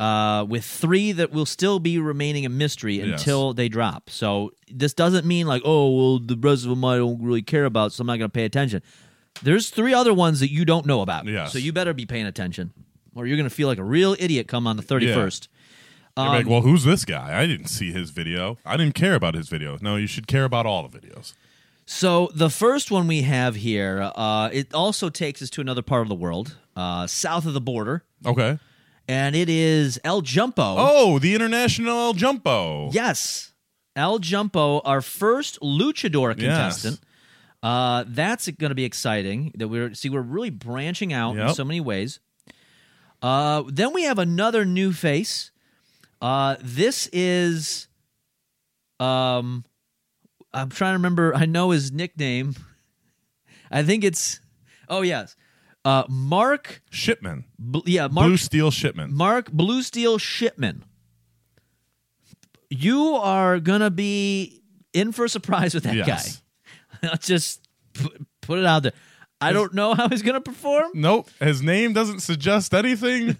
Speaker 4: Uh, with three that will still be remaining a mystery
Speaker 3: Yes.
Speaker 4: until they drop. So this doesn't mean like, oh, well, the rest of them I don't really care about, so I'm not going to pay attention. There's three other ones that you don't know about.
Speaker 3: Yes.
Speaker 4: So you better be paying attention, or you're going to feel like a real idiot come on the 31st.
Speaker 3: You're
Speaker 4: Um,
Speaker 3: like, well, who's this guy? I didn't see his video. I didn't care about his video. No, you should care about all the videos.
Speaker 4: So the first one we have here, uh, it also takes us to another part of the world, uh, south of the border.
Speaker 3: Okay.
Speaker 4: And it is El Jumpo.
Speaker 3: Oh, the international El Jumpo.
Speaker 4: Yes. El Jumpo, our first luchador contestant. Uh, that's going to be exciting. That we're see we're really branching out in
Speaker 3: Yep.
Speaker 4: so many ways. Uh, then we have another new face. Uh, this is, um, I'm trying to remember. I know his nickname. I think it's, oh yes, uh, Mark
Speaker 3: Shipman.
Speaker 4: Bl- yeah, Mark
Speaker 3: Blue Steel Shipman.
Speaker 4: Mark Blue Steel Shipman. You are gonna be in for a surprise with that
Speaker 3: Yes.
Speaker 4: guy. Let's just pu- put it out there. I don't know how he's gonna perform.
Speaker 3: Nope. His name doesn't suggest anything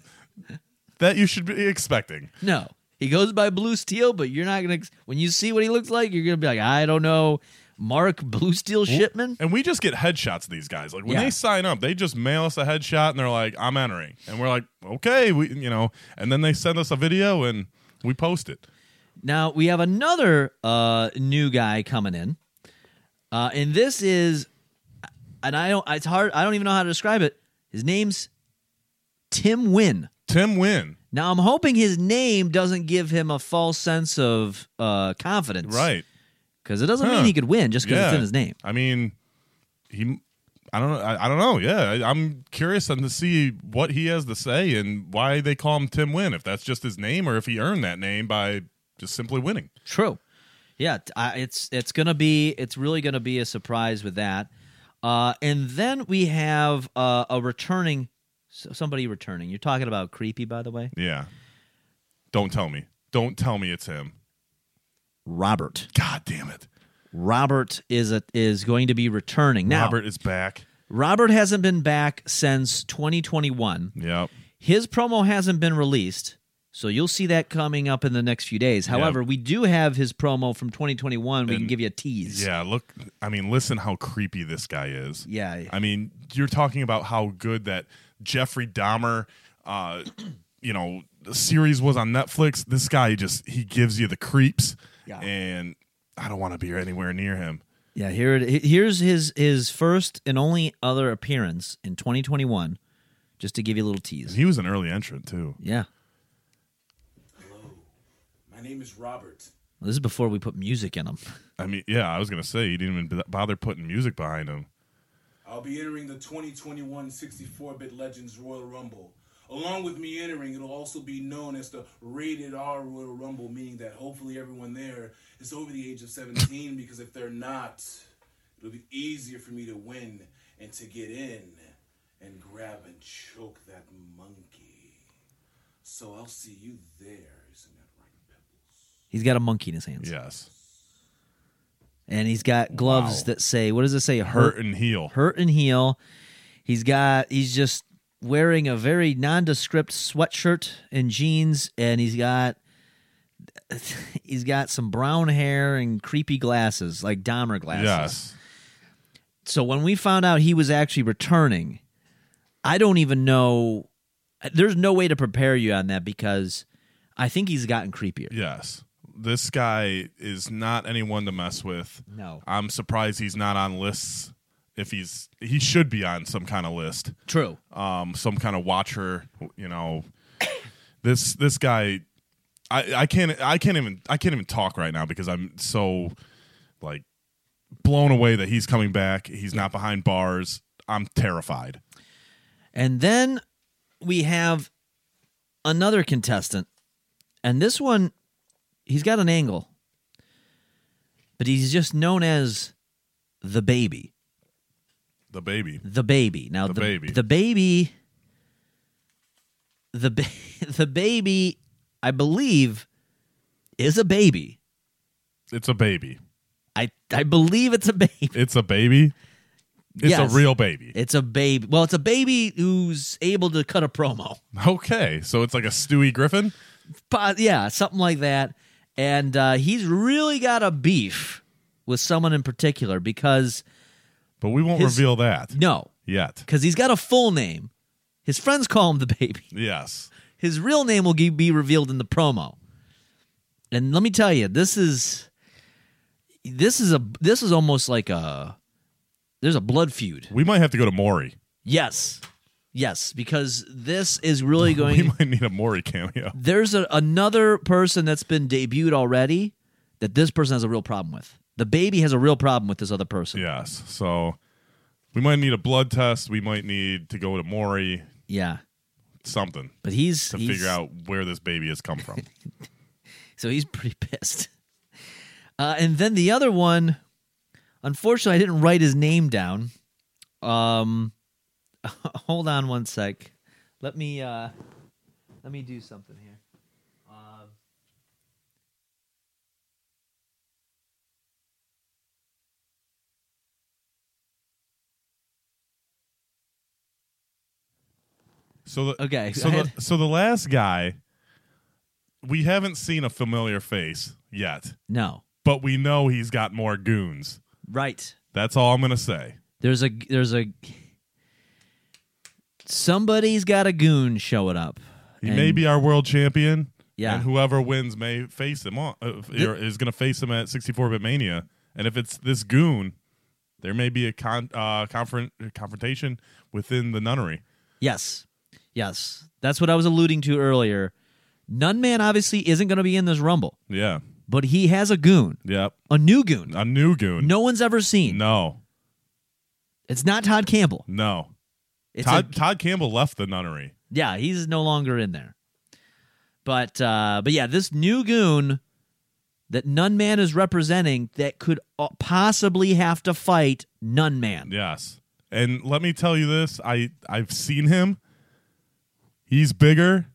Speaker 3: that you should be expecting.
Speaker 4: No, he goes by Blue Steel, but you're not gonna. ex- When you see what he looks like, you're gonna be like, I don't know, Mark Blue Steel Shipman.
Speaker 3: And we just get headshots of these guys. Like when
Speaker 4: Yeah.
Speaker 3: they sign up, they just mail us a headshot and they're like, "I'm entering," and we're like, "Okay," we you know, and then they send us a video and we post it.
Speaker 4: Now we have another uh, new guy coming in, uh, and this is, and I don't. It's hard. I don't even know how to describe it. His name's Tim Wynn.
Speaker 3: Tim Wynn.
Speaker 4: Now I'm hoping his name doesn't give him a false sense of uh, confidence,
Speaker 3: Right.
Speaker 4: Because it doesn't
Speaker 3: Huh.
Speaker 4: mean he could win just because it's
Speaker 3: Yeah.
Speaker 4: in his name.
Speaker 3: I mean, he. I don't. I, I don't know. Yeah, I, I'm curious on to see what he has to say and why they call him Tim Wynn. If that's just his name, or if he earned that name by just simply winning.
Speaker 4: True. Yeah, t- I- it's it's gonna be it's really gonna be a surprise with that. Uh, and then we have uh, a returning so- somebody returning. You're talking about creepy, by the way.
Speaker 3: Yeah. Don't tell me. Don't tell me it's him.
Speaker 4: Robert.
Speaker 3: God damn it.
Speaker 4: Robert is a, is going to be returning now.
Speaker 3: Robert is back.
Speaker 4: Robert hasn't been back since 2021.
Speaker 3: Yep.
Speaker 4: His promo hasn't been released, so you'll see that coming up in the next few days. However, we do have his promo from 2021. We can give you a tease.
Speaker 3: Yeah, look. I mean, listen how creepy this guy is.
Speaker 4: Yeah.
Speaker 3: I mean, you're talking about how good that Jeffrey Dahmer, uh, you know, series was on Netflix. This guy just he gives you the creeps,
Speaker 4: Yeah.
Speaker 3: and I don't want to be anywhere near him.
Speaker 4: Yeah, here it he- here's his his first and only other appearance in 2021. Just to give you a little tease.
Speaker 3: He was an early entrant too.
Speaker 4: Yeah.
Speaker 15: My name is Robert.
Speaker 4: This is before we put music in him.
Speaker 3: I mean, yeah, I was gonna say he didn't even b- bother putting music behind him.
Speaker 2: I'll be entering the 2021 64-bit Legends Royal Rumble. Along with me entering, it'll also be known as the Rated R Royal Rumble, meaning that hopefully everyone there is over the age of 17 because if they're not, it'll be easier for me to win and to get in and grab and choke that monkey. So I'll see you there, isn't it?
Speaker 4: He's got a monkey in his hands.
Speaker 3: Yes.
Speaker 4: And he's got gloves
Speaker 3: Wow.
Speaker 4: that say, what does it say?
Speaker 3: Hurt and heal.
Speaker 4: Hurt and heal. He's got, he's just wearing a very nondescript sweatshirt and jeans. And he's got, he's got some brown hair and creepy glasses, like Dahmer glasses.
Speaker 3: Yes.
Speaker 4: So when we found out he was actually returning, I don't even know. There's no way to prepare you on that because I think he's gotten creepier.
Speaker 3: Yes. This guy is not anyone to mess with.
Speaker 4: No.
Speaker 3: I'm surprised he's not on lists. If he's he should be on some kind of list.
Speaker 4: True.
Speaker 3: Um some kind of watcher, you know. this this guy I I can't I can't even I can't even talk right now because I'm so like blown away that he's coming back. He's not behind bars. I'm terrified.
Speaker 4: And then we have another contestant. And this one, he's got an angle, but he's just known as the baby.
Speaker 3: The baby.
Speaker 4: The baby. Now,
Speaker 3: The
Speaker 4: the,
Speaker 3: baby.
Speaker 4: The baby. The, ba- the baby, I believe, is a baby.
Speaker 3: It's a baby.
Speaker 4: I, I believe it's a baby.
Speaker 3: It's a baby. It's
Speaker 4: Yes.
Speaker 3: a real baby.
Speaker 4: It's a baby. Well, it's a baby who's able to cut a promo.
Speaker 3: Okay, so it's like a Stewie Griffin.
Speaker 4: Po- yeah, something like that. And uh, he's really got a beef with someone in particular because.
Speaker 3: But we won't reveal that.
Speaker 4: No.
Speaker 3: Yet.
Speaker 4: Because he's got a full name. His friends call him the baby.
Speaker 3: Yes.
Speaker 4: His real name will ge- be revealed in the promo. And let me tell you, this is. This is a this is almost like a there's a blood feud.
Speaker 3: We might have to go to Maury.
Speaker 4: Yes. Yes, because this is really going
Speaker 3: We might need a Maury cameo.
Speaker 4: there's a, another person that's been debuted already that this person has a real problem with. The baby has a real problem with this other person.
Speaker 3: Yes. So we might need a blood test. We might need to go to Maury.
Speaker 4: Yeah.
Speaker 3: Something.
Speaker 4: But he's-
Speaker 3: to
Speaker 4: he's-
Speaker 3: figure out where this baby has come from.
Speaker 4: So he's pretty pissed. Uh, and then the other one, unfortunately, I didn't write his name down. Um, hold on one sec. Let me uh, let me do something here. Um,
Speaker 3: So the,
Speaker 4: Okay,
Speaker 3: So
Speaker 4: go ahead.
Speaker 3: the, so the last guy, we haven't seen a familiar face yet.
Speaker 4: No.
Speaker 3: But we know he's got more goons.
Speaker 4: Right.
Speaker 3: That's all I'm gonna say.
Speaker 4: There's a there's a somebody's got a goon showing up.
Speaker 3: He may be our world champion.
Speaker 4: Yeah.
Speaker 3: And whoever wins may face him on, uh, or is going to face him at 64-bit Mania. And if it's this goon, there may be a con- uh, confront- confrontation within the nunnery.
Speaker 4: Yes. Yes. That's what I was alluding to earlier. Nunman obviously isn't going to be in this rumble,
Speaker 3: Yeah.
Speaker 4: but he has a goon.
Speaker 3: Yep.
Speaker 4: A new goon.
Speaker 3: A new goon.
Speaker 4: No one's ever seen.
Speaker 3: No.
Speaker 4: It's not Todd Campbell.
Speaker 3: No.
Speaker 4: It's
Speaker 3: Todd Todd Campbell left the nunnery.
Speaker 4: Yeah, he's no longer in there. But uh but yeah, this new goon that Nunman is representing that could o- possibly have to fight Nunman.
Speaker 3: Yes. And let me tell you this, I I've seen him. He's bigger,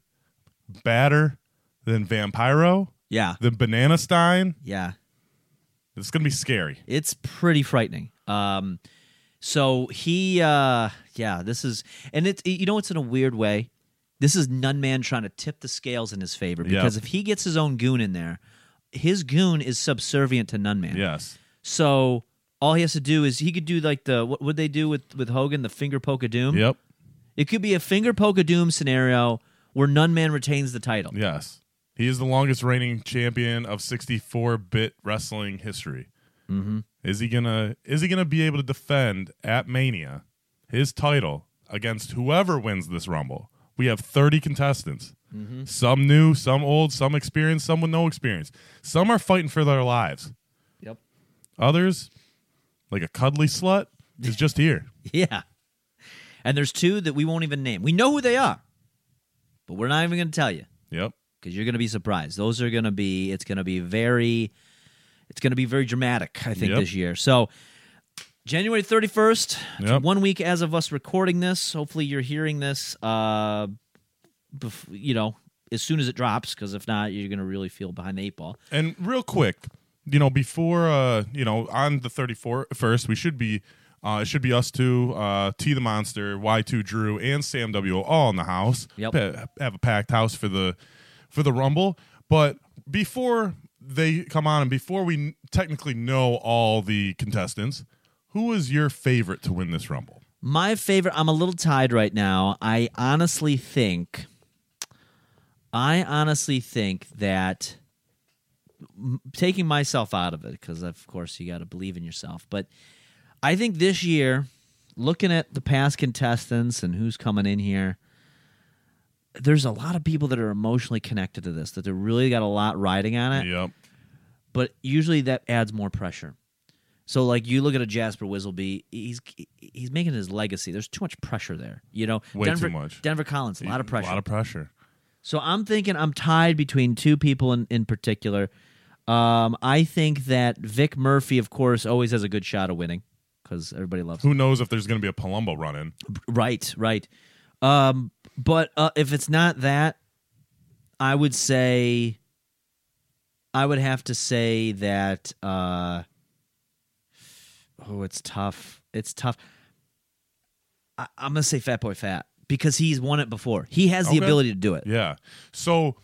Speaker 3: badder than Vampiro.
Speaker 4: Yeah.
Speaker 3: Than Banana Stein.
Speaker 4: Yeah.
Speaker 3: It's going to be scary.
Speaker 4: It's pretty frightening. Um, so he, uh, yeah, this is, and it's you know, it's in a weird way. This is Nunman trying to tip the scales in his favor
Speaker 3: Yeah.
Speaker 4: because if he gets his own goon in there, his goon is subservient to Nunman.
Speaker 3: Yes.
Speaker 4: So all he has to do is he could do like the what would they do with with Hogan the finger poke of doom?
Speaker 3: Yep.
Speaker 4: It could be a finger poke of doom scenario where Nunman retains the title.
Speaker 3: Yes. He is the longest reigning champion of 64-bit wrestling history.
Speaker 4: Mhm.
Speaker 3: Is he going to is he going to be able to defend at Mania his title against whoever wins this Rumble? We have 30 contestants.
Speaker 4: Mm-hmm.
Speaker 16: Mhm.
Speaker 3: Some new, some old, some experienced, some with no experience. Some are fighting for their lives.
Speaker 4: Yep.
Speaker 3: Others, like a cuddly slut, is just here.
Speaker 4: Yeah. And there's two that we won't even name. We know who they are, but we're not even going to tell you.
Speaker 3: Yep.
Speaker 4: Because you're going to be surprised. Those are going to be, it's going to be very, it's going to be very dramatic, I think,
Speaker 3: Yep.
Speaker 4: this year. So January 31st, it's
Speaker 3: Yep.
Speaker 4: one week as of us recording this. Hopefully you're hearing this, uh, bef- you know, as soon as it drops, because if not, you're going to really feel behind the eight ball.
Speaker 3: And real quick, you know, before uh, you know, on the thirty four first, we should be uh it should be us two, uh T the Monster, Y two Drew, and Sam W all in the house.
Speaker 16: Yep.
Speaker 3: Pa- have a packed house for the for the rumble. But before they come on and before we n- technically know all the contestants, Who was your favorite to win this Rumble?
Speaker 4: My favorite. I'm a little tied right now. I honestly think. I honestly think that m- taking myself out of it because of course you got to believe in yourself, but I think this year, looking at the past contestants and who's coming in here, there's a lot of people that are emotionally connected to this that they really got a lot riding on it.
Speaker 3: Yep.
Speaker 4: But usually that adds more pressure. So like you look at a Jasper Wissleby, he's he's making his legacy. There's too much pressure there. You know,
Speaker 3: Way too
Speaker 4: Denver,
Speaker 3: much.
Speaker 4: Denver Collins, a lot of pressure.
Speaker 3: A lot of pressure.
Speaker 4: So I'm thinking I'm tied between two people in, in particular. Um, I think that Vic Murphy, of course, always has a good shot of winning because everybody loves
Speaker 3: Who knows if there's going to be a Palumbo run in?
Speaker 4: Right, right. Um, but uh, if it's not that, I would say, I would have to say that. Uh, oh, it's tough. It's tough. I, I'm gonna say Fat Boy Fat because he's won it before. He has the
Speaker 3: Okay.
Speaker 4: ability to do it.
Speaker 3: Yeah. So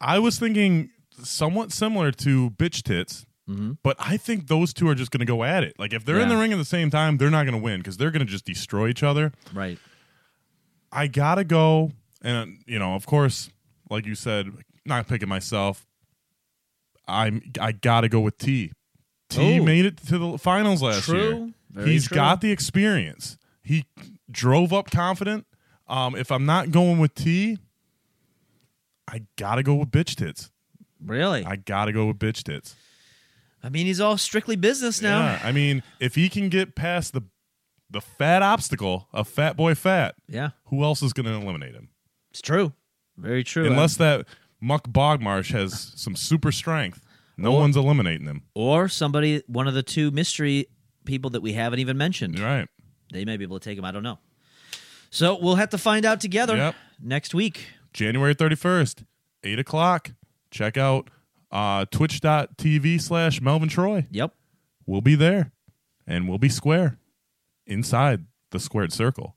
Speaker 3: I was thinking somewhat similar to Bitch Tits, but I think those two are just going to go at it. Like if they're in
Speaker 4: Mm-hmm. Yeah.
Speaker 3: the ring at the same time, they're not going to win because they're going to just destroy each other.
Speaker 4: Right.
Speaker 3: I gotta go, and you know, of course, like you said, not picking myself. I'm. I gotta go with T. T
Speaker 4: Ooh.
Speaker 3: made it to the finals last
Speaker 4: True.
Speaker 3: year. He's
Speaker 4: Very true.
Speaker 3: got the experience. He drove up confident. Um, if I'm not going with T, I gotta go with bitch tits.
Speaker 4: Really?
Speaker 3: I gotta go with bitch tits.
Speaker 4: I mean, he's all strictly business now.
Speaker 3: Yeah, I mean, if he can get past the the fat obstacle of Fat Boy Fat,
Speaker 4: Yeah.
Speaker 3: who else is going to eliminate him?
Speaker 4: It's true. Very true.
Speaker 3: Unless that Muck Bogmarsh has some super strength, no one's eliminating him.
Speaker 4: or somebody, one of the two mystery people that we haven't even mentioned.
Speaker 3: Right.
Speaker 4: They may be able to take him. I don't know. So we'll have to find out together
Speaker 3: Yep.
Speaker 4: next week.
Speaker 3: January 31st, 8 o'clock. Check out uh, twitch.tv slash Melvin Troy.
Speaker 4: Yep.
Speaker 3: We'll be there and we'll be square inside the squared circle.